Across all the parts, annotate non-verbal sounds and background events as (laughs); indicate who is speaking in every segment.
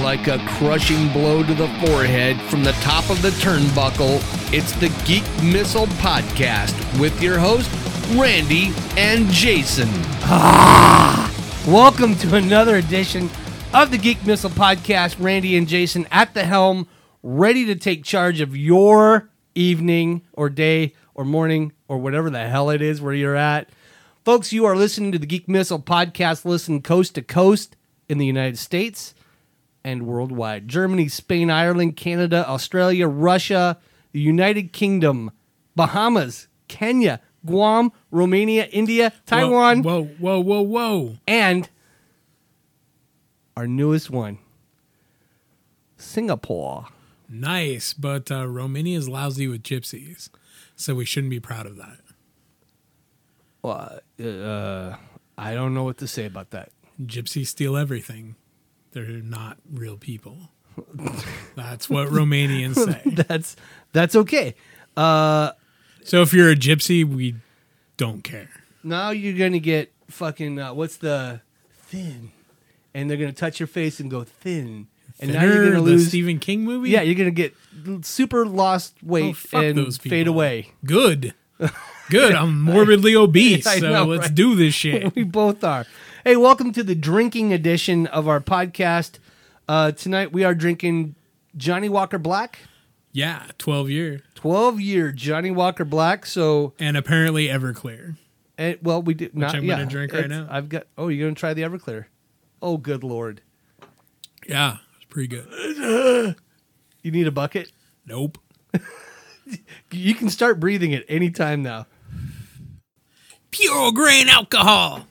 Speaker 1: like a crushing blow to the forehead from the top of the turnbuckle. It's the Geek Missile Podcast with your host, Randy and Jason.
Speaker 2: Welcome to another edition of the Geek Missile Podcast. Randy and Jason at the helm, ready to take charge of your evening or day or morning or whatever the hell it is where you're at. Folks, you are listening to the Geek Missile Podcast. Listen coast to coast in the United States and worldwide Germany, Spain, Ireland, Canada, Australia, Russia, the United Kingdom, Bahamas, Kenya, Guam, Romania, India, Taiwan
Speaker 3: Whoa, whoa, whoa, whoa.
Speaker 2: and our newest one, Singapore.
Speaker 3: Nice, but uh, Romania is lousy with gypsies, so we shouldn't be proud of that.
Speaker 2: Well, uh, I don't know what to say about that. (laughs)
Speaker 3: Gypsies steal everything. They're not real people.
Speaker 2: (laughs)
Speaker 3: That's what Romanians say.
Speaker 2: That's that's okay.
Speaker 3: So if you're a gypsy, we don't care.
Speaker 2: Now you're gonna get fucking uh, what's the thin, and they're gonna touch your face and go thin, and now you're
Speaker 3: Thinner,
Speaker 2: gonna
Speaker 3: the
Speaker 2: lose.
Speaker 3: Stephen King movie.
Speaker 2: yeah, you're gonna get super lost weight
Speaker 3: fuck
Speaker 2: and
Speaker 3: those
Speaker 2: fade
Speaker 3: people.
Speaker 2: away. (laughs)
Speaker 3: Good. Good. I'm morbidly obese,
Speaker 2: I
Speaker 3: so
Speaker 2: know,
Speaker 3: let's
Speaker 2: right?
Speaker 3: do
Speaker 2: (laughs)
Speaker 3: this shit.
Speaker 2: we both are. Hey, welcome to the drinking edition of our podcast. Uh, tonight we are drinking Johnny Walker Black,
Speaker 3: Yeah, 12 year.
Speaker 2: 12 year Johnny Walker Black. So,
Speaker 3: And apparently Everclear.
Speaker 2: eh, well, we do not.
Speaker 3: I'm
Speaker 2: yeah,
Speaker 3: gonna drink right
Speaker 2: it's-
Speaker 3: now.
Speaker 2: I've got. Oh, you're gonna try the Everclear. Oh, good lord!
Speaker 3: Yeah, it's pretty good.
Speaker 2: You need a bucket.
Speaker 3: Nope.
Speaker 2: You can start breathing at any time now.
Speaker 3: Pure grain alcohol.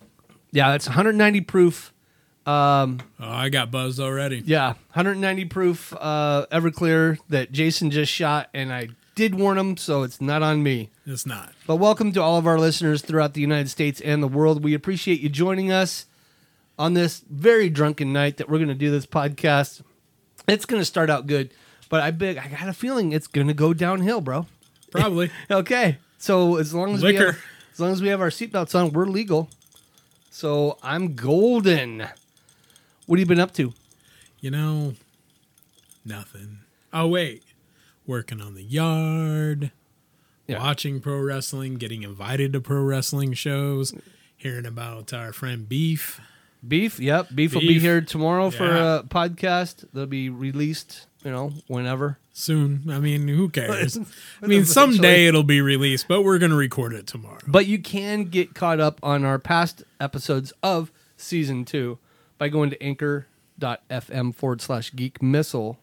Speaker 2: Yeah, that's 190 proof.
Speaker 3: Oh, I got buzzed already.
Speaker 2: Yeah, 190 proof uh, Everclear that Jason just shot, and I did warn him, so it's not on me.
Speaker 3: It's not.
Speaker 2: But welcome to all of our listeners throughout the United States and the world. We appreciate you joining us on this very drunken night that we're going to do this podcast. It's going to start out good, but I beg, I got a feeling it's going to go downhill, bro.
Speaker 3: Probably. (laughs)
Speaker 2: Okay, so as long as we have,
Speaker 3: Liquor.
Speaker 2: as long as we have our seatbelts on, we're legal. So I'm golden. What have you been up to?
Speaker 3: you know, nothing. Oh, wait. Working on the yard,
Speaker 2: Yeah.
Speaker 3: watching pro wrestling, getting invited to pro wrestling shows, hearing about our friend Beef.
Speaker 2: Beef. Yep, beef, will be
Speaker 3: Beef.
Speaker 2: here tomorrow for
Speaker 3: Yeah.
Speaker 2: a podcast. They'll be released, you know, whenever.
Speaker 3: Soon. I mean,
Speaker 2: (laughs)
Speaker 3: who cares? I
Speaker 2: Eventually.
Speaker 3: mean, someday it'll be released, but we're going to record it tomorrow.
Speaker 2: But you can get caught up on our past episodes of season two by going to anchor.fm forward slash geek missile.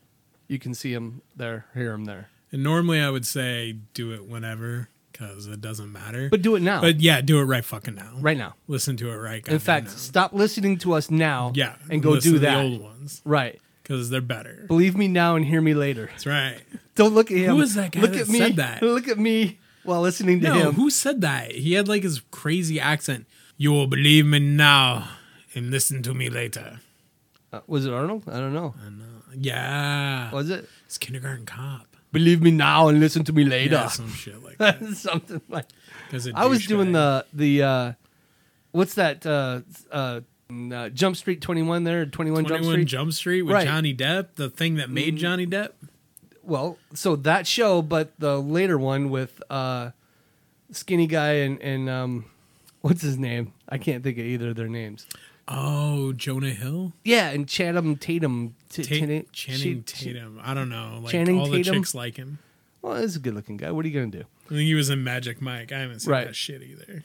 Speaker 2: You can see them there, hear them there.
Speaker 3: And normally I would say do it whenever because it doesn't matter.
Speaker 2: But do it now,
Speaker 3: But yeah, do it right fucking now.
Speaker 2: right now.
Speaker 3: Listen to it right.
Speaker 2: In fact, stop listening to us now
Speaker 3: yeah,
Speaker 2: and go
Speaker 3: listen
Speaker 2: do
Speaker 3: to
Speaker 2: that.
Speaker 3: The old ones
Speaker 2: Right.
Speaker 3: because they're better.
Speaker 2: Believe me now and hear me later. (laughs)
Speaker 3: That's right.
Speaker 2: Don't look at him.
Speaker 3: was that guy
Speaker 2: look
Speaker 3: that
Speaker 2: at me,
Speaker 3: said
Speaker 2: (laughs)
Speaker 3: that?
Speaker 2: Look at me while listening to
Speaker 3: No,
Speaker 2: him.
Speaker 3: who said that? He had like his crazy accent. You will believe me now and listen to me later.
Speaker 2: Uh, was it Arnold? I don't know.
Speaker 3: Yeah,
Speaker 2: Was it?
Speaker 3: it's kindergarten cop.
Speaker 2: Believe me now and listen to me later.
Speaker 3: Yeah, some shit like that.
Speaker 2: (laughs) Something like
Speaker 3: 'Cause a
Speaker 2: (laughs) I was doing
Speaker 3: douchebag.
Speaker 2: the the uh, what's that uh, uh, uh, Jump Street Twenty One there Twenty One Jump
Speaker 3: 21
Speaker 2: Street.
Speaker 3: Jump Street with
Speaker 2: Right. Mm-hmm.
Speaker 3: Johnny Depp, the thing that made Johnny Depp.
Speaker 2: well, so that show, but the later one with uh, skinny guy and and um, what's his name? I can't think of either of their names.
Speaker 3: Oh, Jonah Hill,
Speaker 2: Yeah, and Chatham Tatum. T-
Speaker 3: Ta-
Speaker 2: Tatum-
Speaker 3: Channing
Speaker 2: she- she-
Speaker 3: Tatum. I don't know. Like
Speaker 2: Channing
Speaker 3: all
Speaker 2: Tatum?
Speaker 3: the chicks like him.
Speaker 2: well, he's a good looking guy. What are you gonna do?
Speaker 3: I think he was in Magic Mike. I haven't seen
Speaker 2: Right.
Speaker 3: that shit either.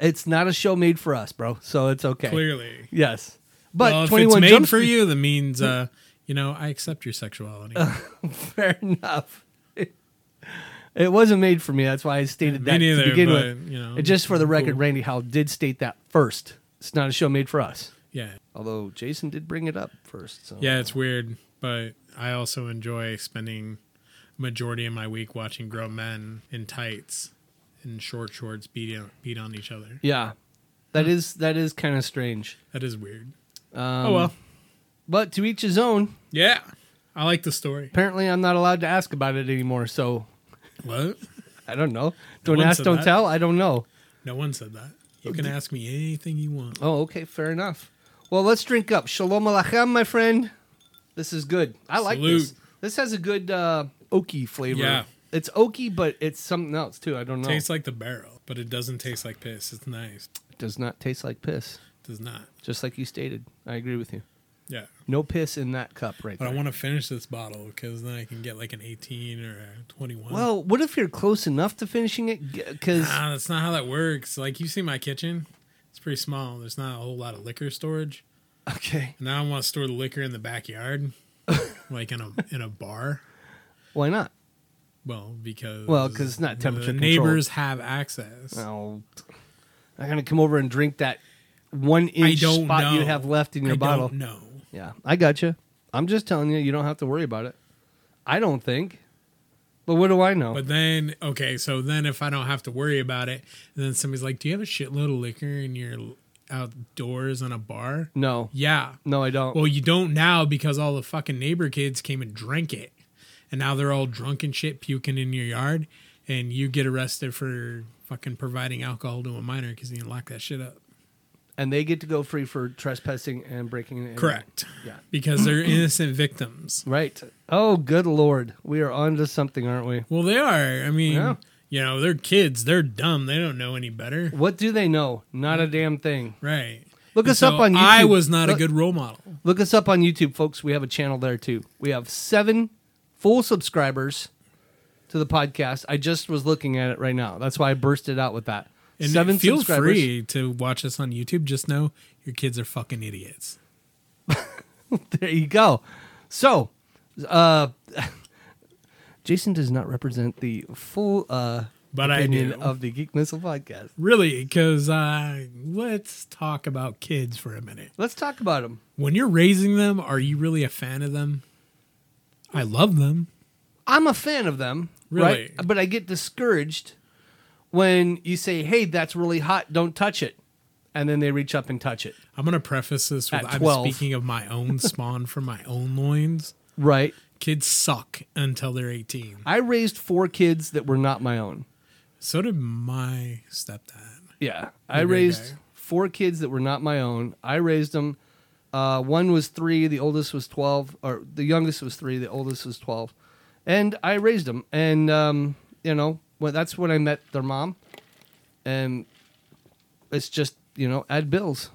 Speaker 2: It's not a show made for us, bro. So it's okay.
Speaker 3: Clearly,
Speaker 2: Yes, but
Speaker 3: well, if
Speaker 2: Twenty
Speaker 3: it's
Speaker 2: One
Speaker 3: made
Speaker 2: Jump
Speaker 3: for
Speaker 2: Street.
Speaker 3: you, that means uh, you know I accept your sexuality.
Speaker 2: (laughs) Fair enough. It wasn't made for me. That's why I stated
Speaker 3: Me
Speaker 2: that
Speaker 3: neither,
Speaker 2: to begin
Speaker 3: but,
Speaker 2: with.
Speaker 3: you know,
Speaker 2: And just for the record,
Speaker 3: cool.
Speaker 2: Randy Howell did state that first. It's not a show made for us.
Speaker 3: yeah,
Speaker 2: Although Jason did bring it up first. So.
Speaker 3: yeah, it's weird, but I also enjoy spending majority of my week watching grown men in tights and short shorts beat on, beat on each other.
Speaker 2: Yeah. That is that is kind of strange.
Speaker 3: That is weird.
Speaker 2: Um,
Speaker 3: oh well,
Speaker 2: But to each his own.
Speaker 3: yeah, I like the story.
Speaker 2: Apparently, I'm not allowed to ask about it anymore. So
Speaker 3: What?
Speaker 2: I don't know. Don't
Speaker 3: one
Speaker 2: ask,
Speaker 3: said
Speaker 2: don't
Speaker 3: that.
Speaker 2: tell. I don't know.
Speaker 3: No one said that. You can ask me anything you want.
Speaker 2: Oh, okay. Fair enough. Well, let's drink up. Shalom aleichem, my friend. This is good. I like this.
Speaker 3: Salute.
Speaker 2: This has a good uh, oaky flavor.
Speaker 3: Yeah.
Speaker 2: It's oaky, but it's something else too. I don't know.
Speaker 3: Tastes like the barrel, but it doesn't taste like piss. It's nice.
Speaker 2: it does not taste like piss,
Speaker 3: does not.
Speaker 2: just like you stated. I agree with you.
Speaker 3: Yeah.
Speaker 2: No piss in that cup right
Speaker 3: But I
Speaker 2: there.
Speaker 3: want to finish this bottle because then I can get like an 18 or a 21.
Speaker 2: Well, what if you're close enough to finishing it? Because
Speaker 3: Nah, that's not how that works. Like you see my kitchen, it's pretty small. There's not a whole lot of liquor storage.
Speaker 2: okay,
Speaker 3: And now I want to store the liquor in
Speaker 2: (laughs)
Speaker 3: the backyard, like in a in a bar.
Speaker 2: why not?
Speaker 3: Well, because
Speaker 2: Well, 'cause it's not temperature
Speaker 3: the
Speaker 2: controlled. Oh,
Speaker 3: neighbors have access.
Speaker 2: Well, I'm gonna come over and drink that one inch
Speaker 3: don't
Speaker 2: spot you
Speaker 3: know.
Speaker 2: have left in your
Speaker 3: I
Speaker 2: bottle.
Speaker 3: don't know.
Speaker 2: Yeah, I gotcha. I'm just telling you, you don't have to worry about it. I don't think. But what do I know?
Speaker 3: But then, okay, so then if I don't have to worry about it, then somebody's like, "Do you have a shitload of liquor in your l- outdoors on a bar?"
Speaker 2: no,
Speaker 3: Yeah.
Speaker 2: no, I don't.
Speaker 3: Well, you don't now because all the fucking neighbor kids came and drank it, and now they're all drunk and shit, puking in your yard, and you get arrested for fucking providing alcohol to a minor because you didn't lock that shit up.
Speaker 2: and they get to go free for trespassing and breaking. in.
Speaker 3: Correct.
Speaker 2: Yeah.
Speaker 3: Because they're innocent victims.
Speaker 2: Right. Oh, good lord, we are onto something, aren't we?
Speaker 3: Well, they are. I mean,
Speaker 2: Yeah.
Speaker 3: you know, they're kids. They're dumb. They don't know any better.
Speaker 2: What do they know? Not a damn thing.
Speaker 3: Right.
Speaker 2: Look
Speaker 3: And
Speaker 2: us up on
Speaker 3: I
Speaker 2: YouTube.
Speaker 3: was not
Speaker 2: Look-
Speaker 3: a good role model.
Speaker 2: Look us up on YouTube, folks. We have a channel there too. We have seven full subscribers to the podcast. I just was looking at it right now. That's why I burst it out with that.
Speaker 3: And
Speaker 2: seven
Speaker 3: feel
Speaker 2: subscribers.
Speaker 3: free to watch us on YouTube. Just know your kids are fucking idiots.
Speaker 2: There you go. So, uh, (laughs) Jason does not represent the full uh,
Speaker 3: But I
Speaker 2: opinion
Speaker 3: do.
Speaker 2: of the Geek Missile podcast.
Speaker 3: Really, because uh, let's talk about kids for a minute.
Speaker 2: Let's talk about him.
Speaker 3: When you're raising them, are you really a fan of them? I love them.
Speaker 2: I'm a fan of them,
Speaker 3: Really?
Speaker 2: right? But I get discouraged when you say, "Hey, that's really hot. Don't touch it," and then they reach up and touch it.
Speaker 3: I'm going to preface this with
Speaker 2: At
Speaker 3: I'm
Speaker 2: 12.
Speaker 3: speaking of my
Speaker 2: (laughs)
Speaker 3: own spawn from my own loins.
Speaker 2: Right.
Speaker 3: Kids suck until they're 18.
Speaker 2: I raised four kids that were not my own.
Speaker 3: So did my stepdad.
Speaker 2: Yeah. I
Speaker 3: a great
Speaker 2: raised
Speaker 3: guy.
Speaker 2: four kids that were not my own. I raised them. Uh, one was three, the oldest was 12, or the youngest was three, the oldest was 12. And I raised them. And, um, you know, well, that's when I met their mom. And it's just, you know, add bills,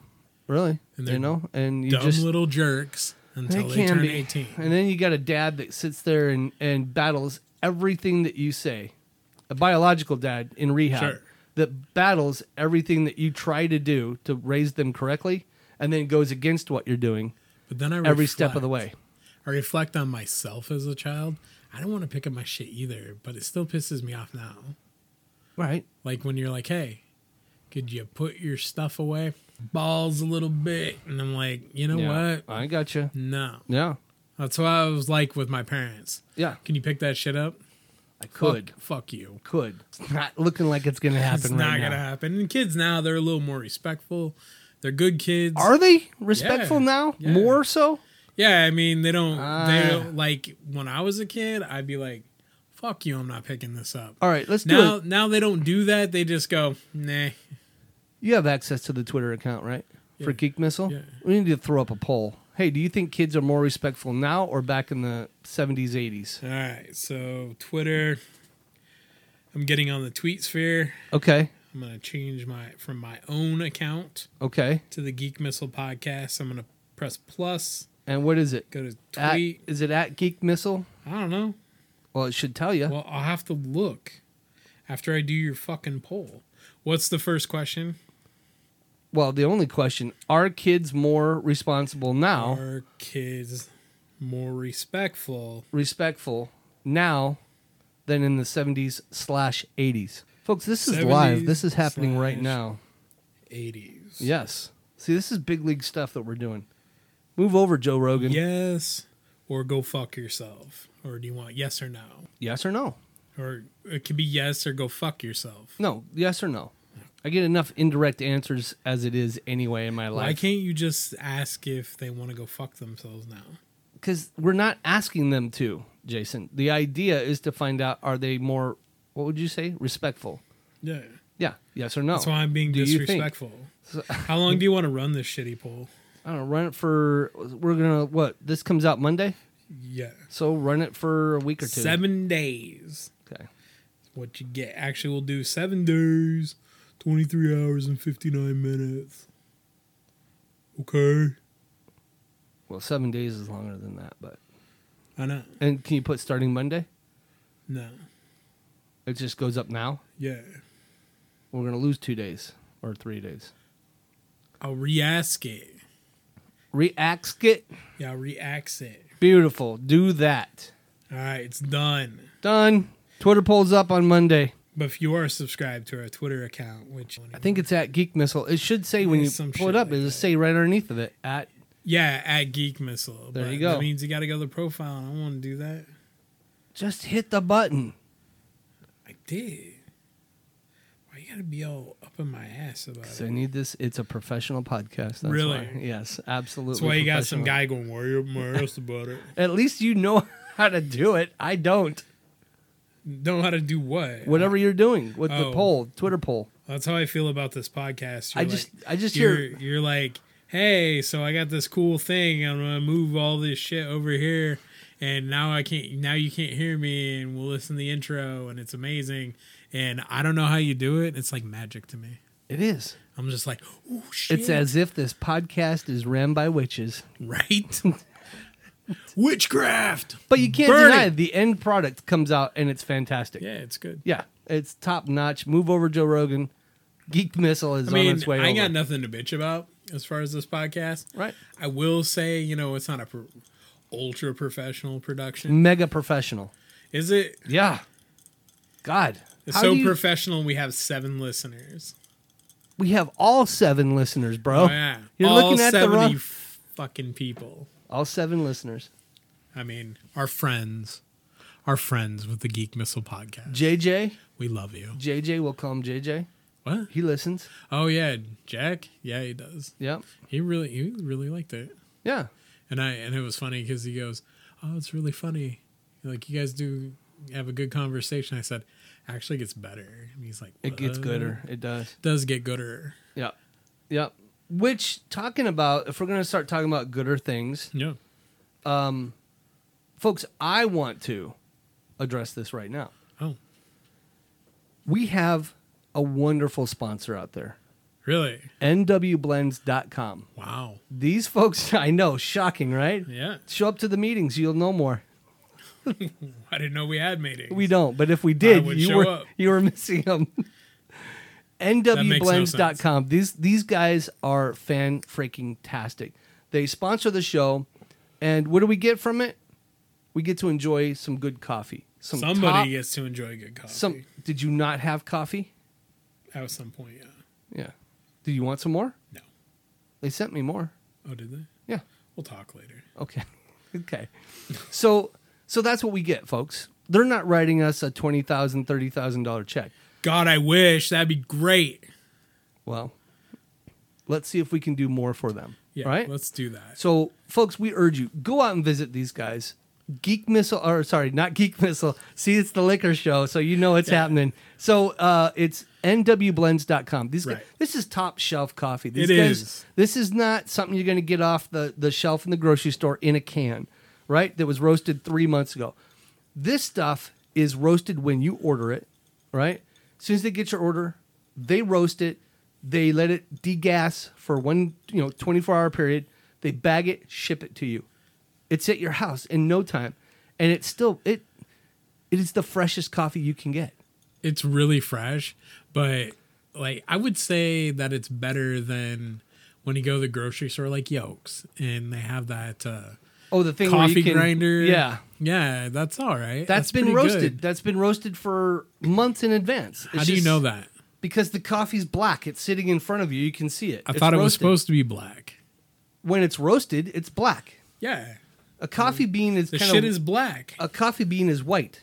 Speaker 2: really. you
Speaker 3: And they're
Speaker 2: know, and you
Speaker 3: Dumb
Speaker 2: just.
Speaker 3: little jerks
Speaker 2: They
Speaker 3: until they,
Speaker 2: can
Speaker 3: turn
Speaker 2: be.
Speaker 3: 18.
Speaker 2: And then you got a dad that sits there and, and battles everything that you say. A biological dad in rehab
Speaker 3: Sure.
Speaker 2: that battles everything that you try to do to raise them correctly and then goes against what you're doing
Speaker 3: But then I
Speaker 2: every step of
Speaker 3: reflect.
Speaker 2: the way.
Speaker 3: I reflect on myself as a child. I don't want to pick up my shit either, but it still pisses me off now.
Speaker 2: Right.
Speaker 3: Like when you're like, hey, could you put your stuff away? Balls a little bit. And I'm like, you know what?
Speaker 2: I gotcha.
Speaker 3: No.
Speaker 2: Yeah.
Speaker 3: That's what I was like with my parents.
Speaker 2: Yeah.
Speaker 3: Can you pick that shit up?
Speaker 2: I could.
Speaker 3: Fuck, fuck you.
Speaker 2: Could. It's not looking like it's going to happen
Speaker 3: It's
Speaker 2: right
Speaker 3: not
Speaker 2: now.
Speaker 3: going to happen. And kids now, they're a little more respectful. They're good kids.
Speaker 2: Are they respectful
Speaker 3: Yeah.
Speaker 2: now?
Speaker 3: Yeah.
Speaker 2: More so?
Speaker 3: yeah, I mean, they don't,
Speaker 2: Ah.
Speaker 3: they don't, like, when I was a kid, I'd be like, fuck you, I'm not picking this up.
Speaker 2: All right, let's do
Speaker 3: Now,
Speaker 2: it.
Speaker 3: now they don't do that. They just go, nah.
Speaker 2: You have access to the Twitter account, right? For
Speaker 3: Yeah.
Speaker 2: Geek Missile?
Speaker 3: Yeah.
Speaker 2: We need to throw up a poll. Hey, do you think kids are more respectful now or back in the 70s, 80s?
Speaker 3: All right, so Twitter. I'm getting on the tweet sphere.
Speaker 2: Okay.
Speaker 3: I'm gonna change my from my own account
Speaker 2: Okay.
Speaker 3: to the Geek Missile Podcast. I'm gonna press plus,
Speaker 2: And what is it?
Speaker 3: go to
Speaker 2: At,
Speaker 3: tweet.
Speaker 2: is it at Geek Missile?
Speaker 3: I don't know.
Speaker 2: Well, it should tell you.
Speaker 3: Well, I'll have to look after I do your fucking poll. What's the first question?
Speaker 2: Well, the only question are kids more responsible now,
Speaker 3: Are kids more respectful?
Speaker 2: respectful now than in the 70s slash 80s? Folks, this is live.
Speaker 3: 70s
Speaker 2: This is happening right
Speaker 3: slash-
Speaker 2: now.
Speaker 3: 80s.
Speaker 2: Yes. See, this is big league stuff that we're doing. Move over, Joe Rogan.
Speaker 3: Yes, or go fuck yourself. Or do you want yes or no?
Speaker 2: Yes or no?
Speaker 3: Or it could be yes or go fuck yourself.
Speaker 2: No, yes or no. I get enough indirect answers as it is anyway in my
Speaker 3: Why
Speaker 2: life.
Speaker 3: can't you just ask if they want to go fuck themselves now?
Speaker 2: Because we're not asking them to, Jason. The idea is to find out are they more, what would you say, respectful?
Speaker 3: Yeah.
Speaker 2: Yeah, yes or no.
Speaker 3: That's why I'm being
Speaker 2: Do you think? (laughs)
Speaker 3: disrespectful. How long do you want to run this shitty poll?
Speaker 2: I don't know, run it for we're gonna what? This comes out Monday,
Speaker 3: Yeah.
Speaker 2: so run it for a week or two.
Speaker 3: Seven days.
Speaker 2: Okay.
Speaker 3: What you get. Actually, we'll do seven days, 23 hours, and 59 minutes. Okay.
Speaker 2: Well, seven days is longer than that, but
Speaker 3: I know.
Speaker 2: and can you put starting Monday?
Speaker 3: No.
Speaker 2: It just goes up now.
Speaker 3: Yeah.
Speaker 2: We're gonna lose two days or three days.
Speaker 3: I'll re ask it.
Speaker 2: React it.
Speaker 3: Yeah, I'll re ax it.
Speaker 2: Beautiful. Do that.
Speaker 3: All right, it's done.
Speaker 2: Done. Twitter polls up on Monday.
Speaker 3: But if you are subscribed to our Twitter account, which
Speaker 2: I think it's at Geek Missile. It should say when you
Speaker 3: Some
Speaker 2: pull it
Speaker 3: shit
Speaker 2: up,
Speaker 3: like
Speaker 2: it'll say right underneath of it at
Speaker 3: yeah, at Geek Missile.
Speaker 2: There
Speaker 3: but
Speaker 2: you go.
Speaker 3: That means you got to go to the profile. and I want to do that.
Speaker 2: just hit the button.
Speaker 3: I did. Why you got to be all up in my ass about it?
Speaker 2: So I need this. It's a professional podcast. That's
Speaker 3: Really?
Speaker 2: why. Yes, absolutely.
Speaker 3: That's why you got some
Speaker 2: professional.
Speaker 3: guy going, worry up my ass about it.
Speaker 2: At least you know (laughs) how to do it. I don't.
Speaker 3: (laughs) Know how to do what?
Speaker 2: Whatever you're doing with the
Speaker 3: Oh.
Speaker 2: poll, Twitter poll.
Speaker 3: That's how I feel about this podcast.
Speaker 2: I
Speaker 3: You're
Speaker 2: just,
Speaker 3: like-
Speaker 2: I just
Speaker 3: you're,
Speaker 2: hear.
Speaker 3: you're like, hey, so I got this cool thing. I'm gonna move all this shit over here, and now I can't. Now you can't hear me, and we'll listen to the intro, and it's amazing. And I don't know how you do it. It's like magic to me.
Speaker 2: It is.
Speaker 3: I'm just like, oh shit.
Speaker 2: It's as if this podcast is ran by witches.
Speaker 3: (laughs) right. Witchcraft.
Speaker 2: But you can't
Speaker 3: Burn
Speaker 2: deny
Speaker 3: it.
Speaker 2: the end product comes out and it's fantastic.
Speaker 3: Yeah, it's good.
Speaker 2: Yeah, it's top notch. Move over, Joe Rogan. Geek Missile is
Speaker 3: I
Speaker 2: on
Speaker 3: mean,
Speaker 2: its way
Speaker 3: I
Speaker 2: over.
Speaker 3: got nothing to bitch about as far as this podcast.
Speaker 2: Right.
Speaker 3: I will say, you know, it's not a pro- ultra professional production,
Speaker 2: Mega professional.
Speaker 3: is it?
Speaker 2: Yeah. God.
Speaker 3: It's
Speaker 2: how
Speaker 3: so
Speaker 2: do you-
Speaker 3: professional. We have seven listeners.
Speaker 2: We have all seven listeners, bro.
Speaker 3: Oh, yeah,
Speaker 2: You're
Speaker 3: all
Speaker 2: looking at the
Speaker 3: seventy
Speaker 2: wrong.
Speaker 3: fucking people.
Speaker 2: All seven listeners.
Speaker 3: I mean, our friends, our friends with the Geek Missile podcast.
Speaker 2: JJ.
Speaker 3: we love you.
Speaker 2: JJ, we'll call him JJ.
Speaker 3: What?
Speaker 2: He listens.
Speaker 3: Oh yeah, Jack. Yeah, he does.
Speaker 2: Yep.
Speaker 3: He really, he really liked it.
Speaker 2: Yeah.
Speaker 3: And I and it was funny because he goes, "Oh, it's really funny. Like you guys do have a good conversation." I said, "Actually, it gets better." And he's like,
Speaker 2: It gets
Speaker 3: "What?"
Speaker 2: gooder. It does.
Speaker 3: Does get gooder.
Speaker 2: Yep. Yep. Which talking about if we're gonna start talking about gooder things,
Speaker 3: Yeah.
Speaker 2: folks, I want to address this right now.
Speaker 3: Oh,
Speaker 2: We have a wonderful sponsor out there.
Speaker 3: really?
Speaker 2: NWblends.com.
Speaker 3: Wow.
Speaker 2: These folks, (laughs) I know, shocking, right?
Speaker 3: Yeah.
Speaker 2: Show up to the meetings, you'll know more.
Speaker 3: I didn't know we had meetings.
Speaker 2: We don't, but if we did,
Speaker 3: would
Speaker 2: you
Speaker 3: show
Speaker 2: were
Speaker 3: up.
Speaker 2: (laughs) you were missing them.
Speaker 3: makes no sense.
Speaker 2: NWblends.com. these these guys are fan freaking tastic. They sponsor the show, and what do we get from it? We get to enjoy some good coffee. Some
Speaker 3: Somebody
Speaker 2: top-
Speaker 3: gets to enjoy good coffee
Speaker 2: some. Did you not have coffee?
Speaker 3: at some point. Yeah.
Speaker 2: Yeah. Do you want some more?
Speaker 3: No.
Speaker 2: They sent me more.
Speaker 3: Oh, did they?
Speaker 2: Yeah.
Speaker 3: We'll talk later.
Speaker 2: Okay. (laughs) Okay. So so that's what we get, folks. They're not writing us a twenty thousand, thirty thousand dollar check.
Speaker 3: God, I wish that'd be great.
Speaker 2: Well, let's see if we can do more for them.
Speaker 3: Yeah.
Speaker 2: right?
Speaker 3: Let's do that.
Speaker 2: So, folks, we urge you go out and visit these guys. Geek Missile, or sorry, not Geek Missile. See, it's the liquor show, so you know it's happening. So, uh, it's nwblends.com. These guys,
Speaker 3: Right.
Speaker 2: this is top shelf coffee. These
Speaker 3: It
Speaker 2: guys,
Speaker 3: is.
Speaker 2: This is not something you're going to get off the, the shelf in the grocery store in a can, right? That was roasted three months ago. This stuff is roasted when you order it, right? As soon as they get your order, they roast it, they let it degas for one, you know, 24 hour period, they bag it, ship it to you. It's at your house in no time. And it's still it it is the freshest coffee you can get.
Speaker 3: It's really fresh, but like I would say that it's better than when you go to the grocery store, like Yolks, and they have that uh,
Speaker 2: Oh, the thing where
Speaker 3: coffee
Speaker 2: you can,
Speaker 3: grinder.
Speaker 2: Yeah.
Speaker 3: Yeah, that's all right.
Speaker 2: that's been
Speaker 3: pretty
Speaker 2: roasted.
Speaker 3: good.
Speaker 2: That's been roasted for months in advance. It's
Speaker 3: How do you
Speaker 2: just-
Speaker 3: know that?
Speaker 2: Because the coffee's black. It's sitting in front of you. You can see it.
Speaker 3: I
Speaker 2: It's
Speaker 3: thought it was
Speaker 2: roasted.
Speaker 3: supposed to be black.
Speaker 2: When it's roasted, it's black.
Speaker 3: Yeah.
Speaker 2: A coffee bean is
Speaker 3: The
Speaker 2: kind
Speaker 3: shit
Speaker 2: of
Speaker 3: is black.
Speaker 2: a coffee bean is white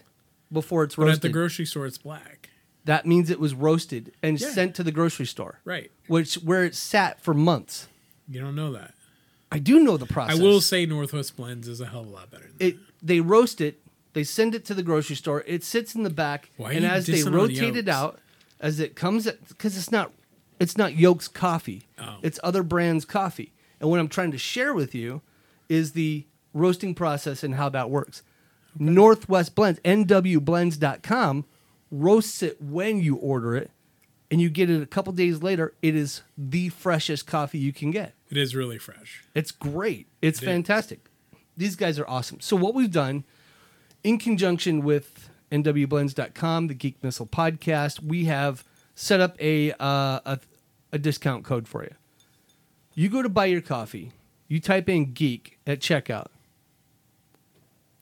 Speaker 2: before it's
Speaker 3: but at the
Speaker 2: uh, roasted.
Speaker 3: grocery store, it's black.
Speaker 2: that means it was roasted and
Speaker 3: Yeah.
Speaker 2: sent to the grocery store,
Speaker 3: Right.
Speaker 2: which where it sat for months.
Speaker 3: You don't know that.
Speaker 2: I do know the process.
Speaker 3: I will say Northwest Blends is a hell of a lot better. Than
Speaker 2: it they roast it they send it to the grocery store it sits in the back
Speaker 3: Why are
Speaker 2: and
Speaker 3: you
Speaker 2: as they
Speaker 3: dissing on
Speaker 2: rotate it
Speaker 3: Yolks?
Speaker 2: out as it comes because it's not it's not yolks coffee
Speaker 3: Oh.
Speaker 2: it's other brands coffee and And what I'm trying to share with you is the roasting process and how that works. Northwest Blends, nwblends.com, roasts it when you order it, and you get it a couple days later. It is the freshest coffee you can get.
Speaker 3: It is really fresh.
Speaker 2: It's great. It's
Speaker 3: It is.
Speaker 2: fantastic. These guys are awesome. So what we've done in conjunction with nwblends.com, the Geek Missile podcast, we have set up a uh, a, a discount code for you. You go to buy your coffee, you type in geek at checkout.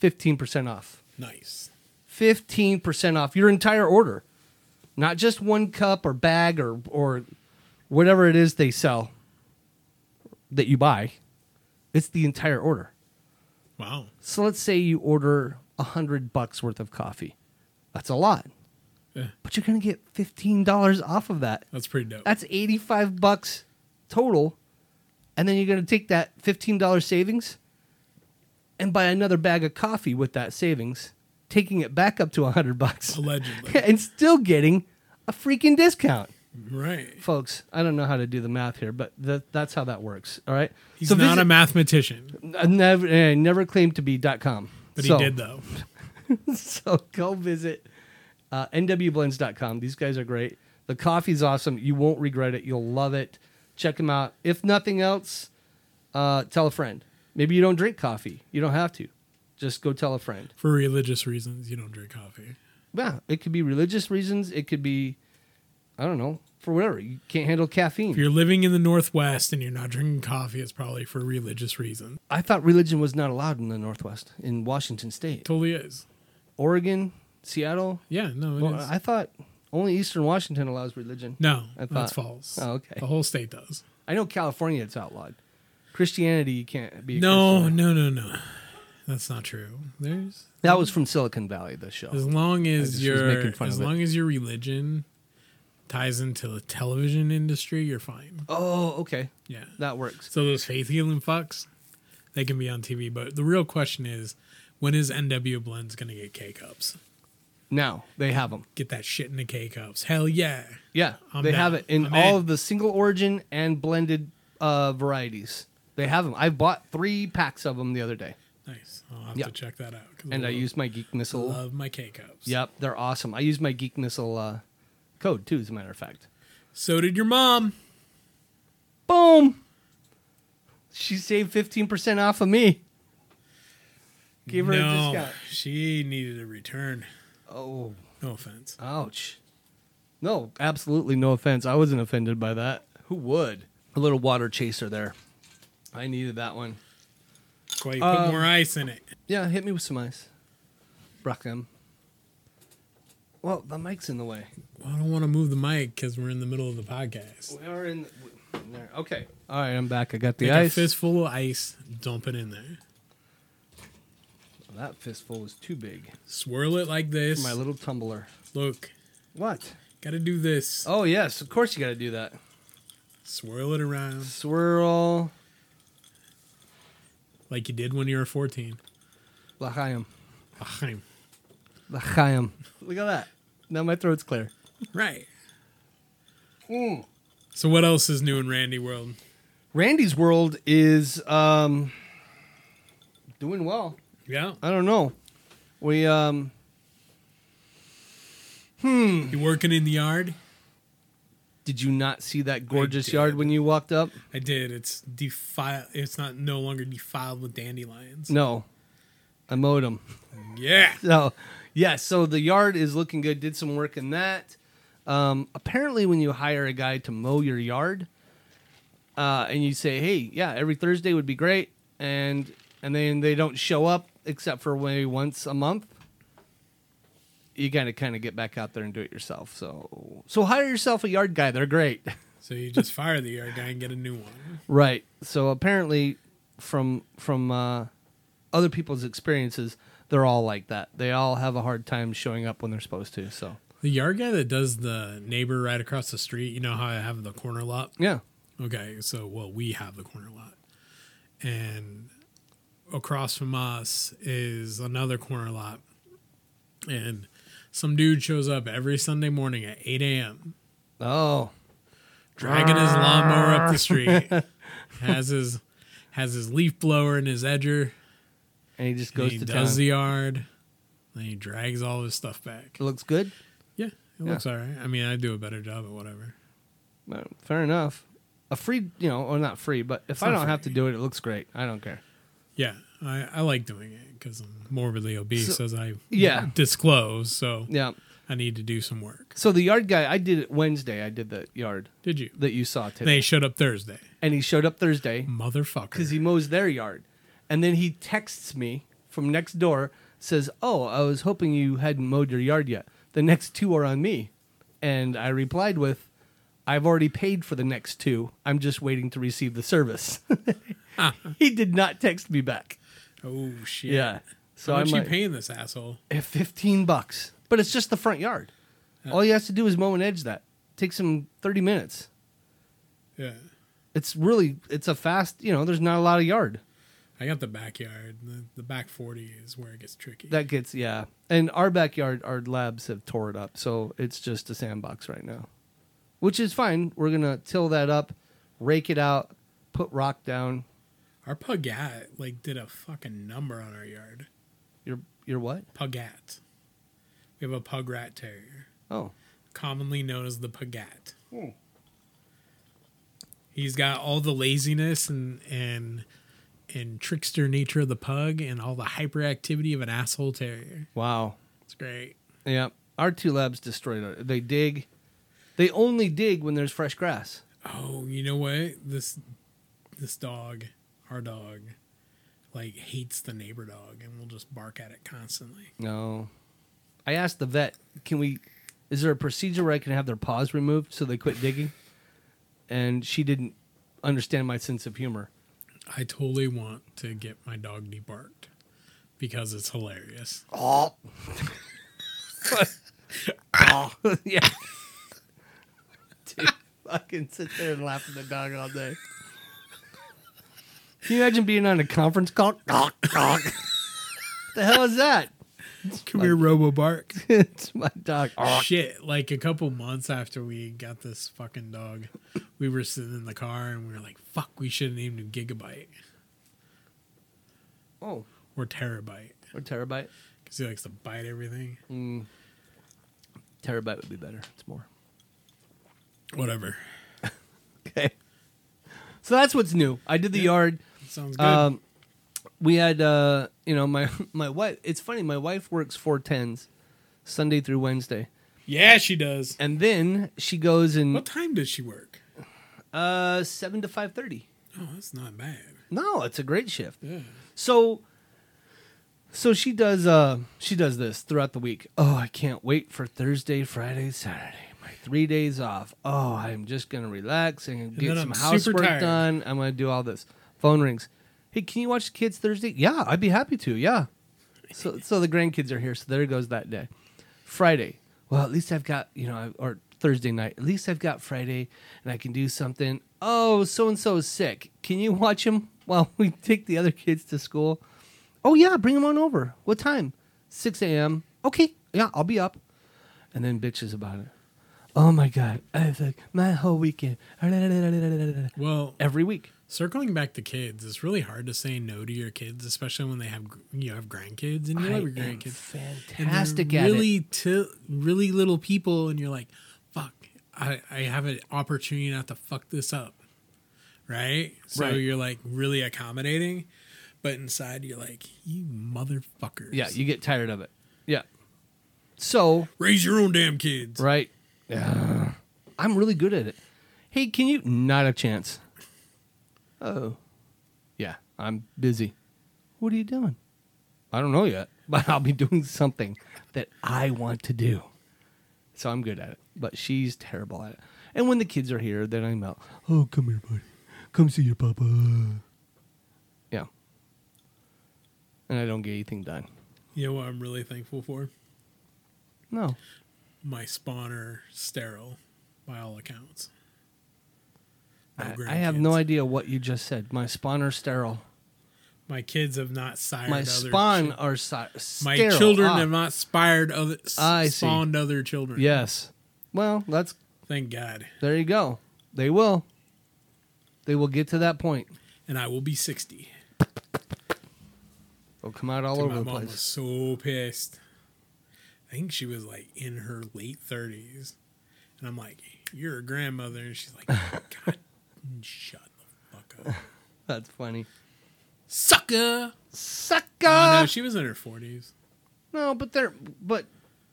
Speaker 2: 15% off.
Speaker 3: Nice.
Speaker 2: 15% off your entire order. Not just one cup or bag or or whatever it is they sell that you buy. It's the entire order.
Speaker 3: Wow.
Speaker 2: So let's say you order a hundred bucks worth of coffee. That's a lot.
Speaker 3: Yeah.
Speaker 2: But you're gonna get fifteen dollars off of that.
Speaker 3: That's pretty dope.
Speaker 2: That's eighty-five bucks total. And then you're gonna take that fifteen dollar savings and buy another bag of coffee with that savings, taking it back up to a hundred bucks.
Speaker 3: Allegedly.
Speaker 2: (laughs) and still getting a freaking discount.
Speaker 3: right.
Speaker 2: Folks, I don't know how to do the math here, but th- that's how that works. All right.
Speaker 3: He's
Speaker 2: So
Speaker 3: not
Speaker 2: visit-
Speaker 3: a mathematician,
Speaker 2: I never, I never claimed to be .com.
Speaker 3: but
Speaker 2: So-
Speaker 3: he did though.
Speaker 2: (laughs) So go visit uh, nwblends.com. These guys are great. The coffee's awesome. You won't regret it. You'll love it. Check them out. If nothing else, uh, tell a friend. Maybe you don't drink coffee. You don't have to. Just go tell a friend.
Speaker 3: For religious reasons, you don't drink coffee.
Speaker 2: Yeah, it could be religious reasons. It could be, I don't know, for whatever. You can't handle caffeine.
Speaker 3: If you're living in the Northwest and you're not drinking coffee, it's probably for religious reasons.
Speaker 2: I thought religion was not allowed in the Northwest, in Washington State,
Speaker 3: Totally is.
Speaker 2: Oregon, Seattle.
Speaker 3: Yeah, no, it is.
Speaker 2: Well, I thought only Eastern Washington allows religion.
Speaker 3: no,
Speaker 2: I thought-
Speaker 3: that's false.
Speaker 2: Oh, okay.
Speaker 3: The whole state does.
Speaker 2: I know California it's outlawed. Christianity you can't be. a
Speaker 3: No,
Speaker 2: Christian.
Speaker 3: no, no, no. That's not true. There's
Speaker 2: that was from Silicon Valley. The show.
Speaker 3: as long
Speaker 2: just
Speaker 3: as
Speaker 2: was
Speaker 3: your
Speaker 2: making fun
Speaker 3: as
Speaker 2: of it.
Speaker 3: long as your religion ties into the television industry, you're fine.
Speaker 2: Oh, okay,
Speaker 3: Yeah.
Speaker 2: that works.
Speaker 3: So those faith healing fucks, they can be on TV. But the real question is, when is NW Blends gonna get K cups?
Speaker 2: Now they have them.
Speaker 3: Get that shit in the K cups. Hell yeah.
Speaker 2: Yeah,
Speaker 3: I'm
Speaker 2: they
Speaker 3: down.
Speaker 2: have it in
Speaker 3: I'm
Speaker 2: all
Speaker 3: in.
Speaker 2: of the single origin and blended uh, varieties. They have them. I bought three packs of them the other day,
Speaker 3: Nice. I'll have
Speaker 2: Yeah.
Speaker 3: to check that out. 'cause
Speaker 2: and I
Speaker 3: love-
Speaker 2: used my Geek Missile.
Speaker 3: love my K cups.
Speaker 2: Yep, they're awesome. I used my Geek Missile uh, code too, as a matter of fact.
Speaker 3: So did your mom.
Speaker 2: Boom. She saved fifteen percent off of me. Give her a
Speaker 3: no,
Speaker 2: discount.
Speaker 3: she needed a return.
Speaker 2: Oh.
Speaker 3: No offense.
Speaker 2: Ouch. No, absolutely no offense. I wasn't offended by that. Who would? A little water chaser there. I needed that one.
Speaker 3: That's why you put
Speaker 2: Um,
Speaker 3: more ice in it.
Speaker 2: Yeah, hit me with some ice. Brockham. Well, the mic's in the way.
Speaker 3: Well, I don't want to move the mic because we're in the middle of the podcast.
Speaker 2: We are in, the, in there. Okay. All right, I'm back. I got the
Speaker 3: Take a
Speaker 2: ice.
Speaker 3: fistful of ice, dump it in there.
Speaker 2: that fistful was too big.
Speaker 3: Swirl it like this.
Speaker 2: My little tumbler.
Speaker 3: Look,
Speaker 2: What?
Speaker 3: gotta do this.
Speaker 2: Oh, yes. Of course you got to do that.
Speaker 3: Swirl it around
Speaker 2: Swirl.
Speaker 3: like you did when you were (laughs) 14.
Speaker 2: L'chaim.
Speaker 3: Ahem.
Speaker 2: L'chaim. Look at that. Now my throat's clear.
Speaker 3: Right.
Speaker 2: Mm.
Speaker 3: So what else is new in Randy World?
Speaker 2: Randy's world is um, doing well.
Speaker 3: Yeah.
Speaker 2: I don't know. We um,
Speaker 3: You working in the yard?
Speaker 2: did you not see that gorgeous
Speaker 3: did.
Speaker 2: yard when you walked up?
Speaker 3: I did. It's defiled. It's not no longer defiled with dandelions.
Speaker 2: No, I mowed him.
Speaker 3: Yeah.
Speaker 2: (laughs) So yeah, so the yard is looking good. Did some work in that. Um, apparently, when you hire a guy to mow your yard, uh, and you say, "Hey, yeah, every Thursday would be great," and and then they don't show up except for maybe once a month, you gotta kind of get back out there and do it yourself. So so hire yourself a yard guy. They're great, (laughs)
Speaker 3: So you just fire the yard guy and get a new one.
Speaker 2: right? So apparently, from from uh, other people's experiences, they're all like that. They all have a hard time showing up when they're supposed to. So
Speaker 3: The yard guy that does the neighbor right across the street. You know how I have the corner lot.
Speaker 2: yeah,
Speaker 3: Okay, so well, we have the corner lot, and across from us is another corner lot, and some dude shows up every Sunday morning at eight a.m.
Speaker 2: oh
Speaker 3: dragging his lawnmower up the street, has his has his leaf blower and his edger.
Speaker 2: and he just
Speaker 3: and
Speaker 2: goes
Speaker 3: he
Speaker 2: to
Speaker 3: does
Speaker 2: town.
Speaker 3: the yard. Then he drags all his stuff back.
Speaker 2: it looks good.
Speaker 3: Yeah, it looks all right. I mean, I do a better job at whatever.
Speaker 2: Well, fair enough. A free, you know, or not free, but if I
Speaker 3: not
Speaker 2: don't have to
Speaker 3: free.
Speaker 2: do it, it looks great. I don't care.
Speaker 3: Yeah, I, I like doing it because I'm morbidly obese, as I
Speaker 2: yeah.
Speaker 3: disclose. So
Speaker 2: Yeah.
Speaker 3: I need to do some work.
Speaker 2: So the yard guy, I did it Wednesday. I did the yard
Speaker 3: Did you?
Speaker 2: that you saw today,
Speaker 3: They showed up Thursday.
Speaker 2: and he showed up Thursday.
Speaker 3: Motherfucker.
Speaker 2: because he mows their yard. And then he texts me from next door, says, Oh, I was hoping you hadn't mowed your yard yet. The next two are on me. And I replied with, I've already paid for the next two. I'm just waiting to receive the service. (laughs) he did not text me back.
Speaker 3: oh shit.
Speaker 2: Yeah. So
Speaker 3: How
Speaker 2: I'm
Speaker 3: much you
Speaker 2: like,
Speaker 3: paying this asshole?
Speaker 2: "Eh, 15 bucks. But it's just the front yard. All he has to do is mow and edge that. Takes him 30 minutes.
Speaker 3: Yeah.
Speaker 2: It's really, it's a fast, you know, there's not a lot of yard.
Speaker 3: I got the backyard. The, the back forty is where it gets tricky.
Speaker 2: That gets yeah. And our backyard, our labs have tore it up, so it's just a sandbox right now, which is fine. We're gonna till that up, rake it out, put rock down.
Speaker 3: our pugat like did a fucking number on our yard.
Speaker 2: Your your what?
Speaker 3: Pugat. We have a pug rat terrier,
Speaker 2: Oh,
Speaker 3: commonly known as the pugat. He's got all the laziness and and and trickster nature of the pug and all the hyperactivity of an asshole terrier.
Speaker 2: wow.
Speaker 3: It's great.
Speaker 2: Yeah, our two labs destroyed. Our, they dig. They only dig when there's fresh grass.
Speaker 3: Oh, you know what? This this dog, our dog, like hates the neighbor dog and will just bark at it constantly.
Speaker 2: No, I asked the vet, can we? Is there a procedure where I can have their paws removed so they quit digging? And she didn't understand my sense of humor.
Speaker 3: I totally want to get my dog debarked because it's hilarious.
Speaker 2: Oh. (laughs) yeah. Dude, fucking sit there and laugh at the dog all day. Can you imagine being on a conference (laughs) call? What the hell is that?
Speaker 3: Come here, Robo Bark.
Speaker 2: (laughs) it's my dog.
Speaker 3: Shit, like a couple months after we got this fucking dog, we were sitting in the car and we were like, fuck, we should have named him Gigabyte
Speaker 2: Oh,
Speaker 3: or Terabyte
Speaker 2: or terabyte.
Speaker 3: because he likes to bite everything.
Speaker 2: Terabyte would be better. It's more.
Speaker 3: Whatever.
Speaker 2: Okay. So that's what's new. I did the yard.
Speaker 3: Sounds good.
Speaker 2: Um, we had, uh, you know, my (laughs) my wife. It's funny. My wife works four tens, Sunday through Wednesday,
Speaker 3: yeah, she does.
Speaker 2: and then she goes
Speaker 3: What
Speaker 2: in
Speaker 3: time does she work?
Speaker 2: uh, seven to five thirty.
Speaker 3: Oh, that's not bad.
Speaker 2: No, it's a great shift.
Speaker 3: Yeah.
Speaker 2: So, so she does. Uh, she does this throughout the week. Oh, I can't wait for Thursday, Friday, Saturday. My three days off. Oh, I'm just gonna relax and get
Speaker 3: then
Speaker 2: some
Speaker 3: I'm super
Speaker 2: housework
Speaker 3: tired.
Speaker 2: done. I'm gonna do all this. Phone rings. Hey, can you watch the kids Thursday? Yeah, I'd be happy to. Yeah. So, so the grandkids are here. So there goes that day. Friday. Well, at least I've got you know, I- or Thursday night. At least I've got Friday, and I can do something. Oh, so and so is sick. Can you watch him (laughs) while we take the other kids to school? Oh yeah, bring him on over. What time? Six a.m. Okay, yeah, I'll be up. And then bitches about it. Oh my god, I was like my whole weekend. (laughs)
Speaker 3: Well,
Speaker 2: Every week.
Speaker 3: circling back to kids, it's really hard to say no to your kids, especially when they have gr- you have grandkids and you
Speaker 2: I
Speaker 3: love your
Speaker 2: am
Speaker 3: grandkids. And they're
Speaker 2: fantastic at it.
Speaker 3: really ti- really little people, and you're like, "Fuck, I, I have an opportunity not to fuck this up," right? So
Speaker 2: Right.
Speaker 3: you're like really accommodating, but inside you're like, "You motherfuckers!"
Speaker 2: Yeah, you get tired of it. Yeah. So
Speaker 3: raise your own damn kids.
Speaker 2: Right. Yeah. I'm really good at it. Hey, can you? Not a chance. Oh. Yeah, I'm busy. What are you doing? I don't know yet, (laughs) but I'll be doing something that I want to do. So I'm good at it, but she's terrible at it. And when the kids are here, then I'm out. Oh, come here, buddy. Come see your papa. Yeah. And I don't get anything done.
Speaker 3: You know what I'm really thankful for?
Speaker 2: No.
Speaker 3: My spawner sterile, by all accounts. No
Speaker 2: I, I have no
Speaker 3: grandkids.
Speaker 2: idea what you just said. My spawner sterile.
Speaker 3: My kids have not sired
Speaker 2: my
Speaker 3: other
Speaker 2: spawn
Speaker 3: chi-
Speaker 2: are si-
Speaker 3: my
Speaker 2: sterile.
Speaker 3: children
Speaker 2: Ah,
Speaker 3: have not spired other s-
Speaker 2: I see.
Speaker 3: spawned other children.
Speaker 2: yes. Well, that's
Speaker 3: Thank God.
Speaker 2: there you go. They will. They will get to that point.
Speaker 3: and I will be 60.
Speaker 2: It'll come out all over
Speaker 3: My
Speaker 2: the
Speaker 3: mom
Speaker 2: place.
Speaker 3: was so pissed. I think she was like in her late 30s. And I'm like, You're a grandmother. And she's
Speaker 2: (laughs)
Speaker 3: like, God, shut the fuck up.
Speaker 2: That's funny. (laughs)
Speaker 3: Sucker.
Speaker 2: Sucker.
Speaker 3: Oh, no, she was in her 40s.
Speaker 2: No, but they're but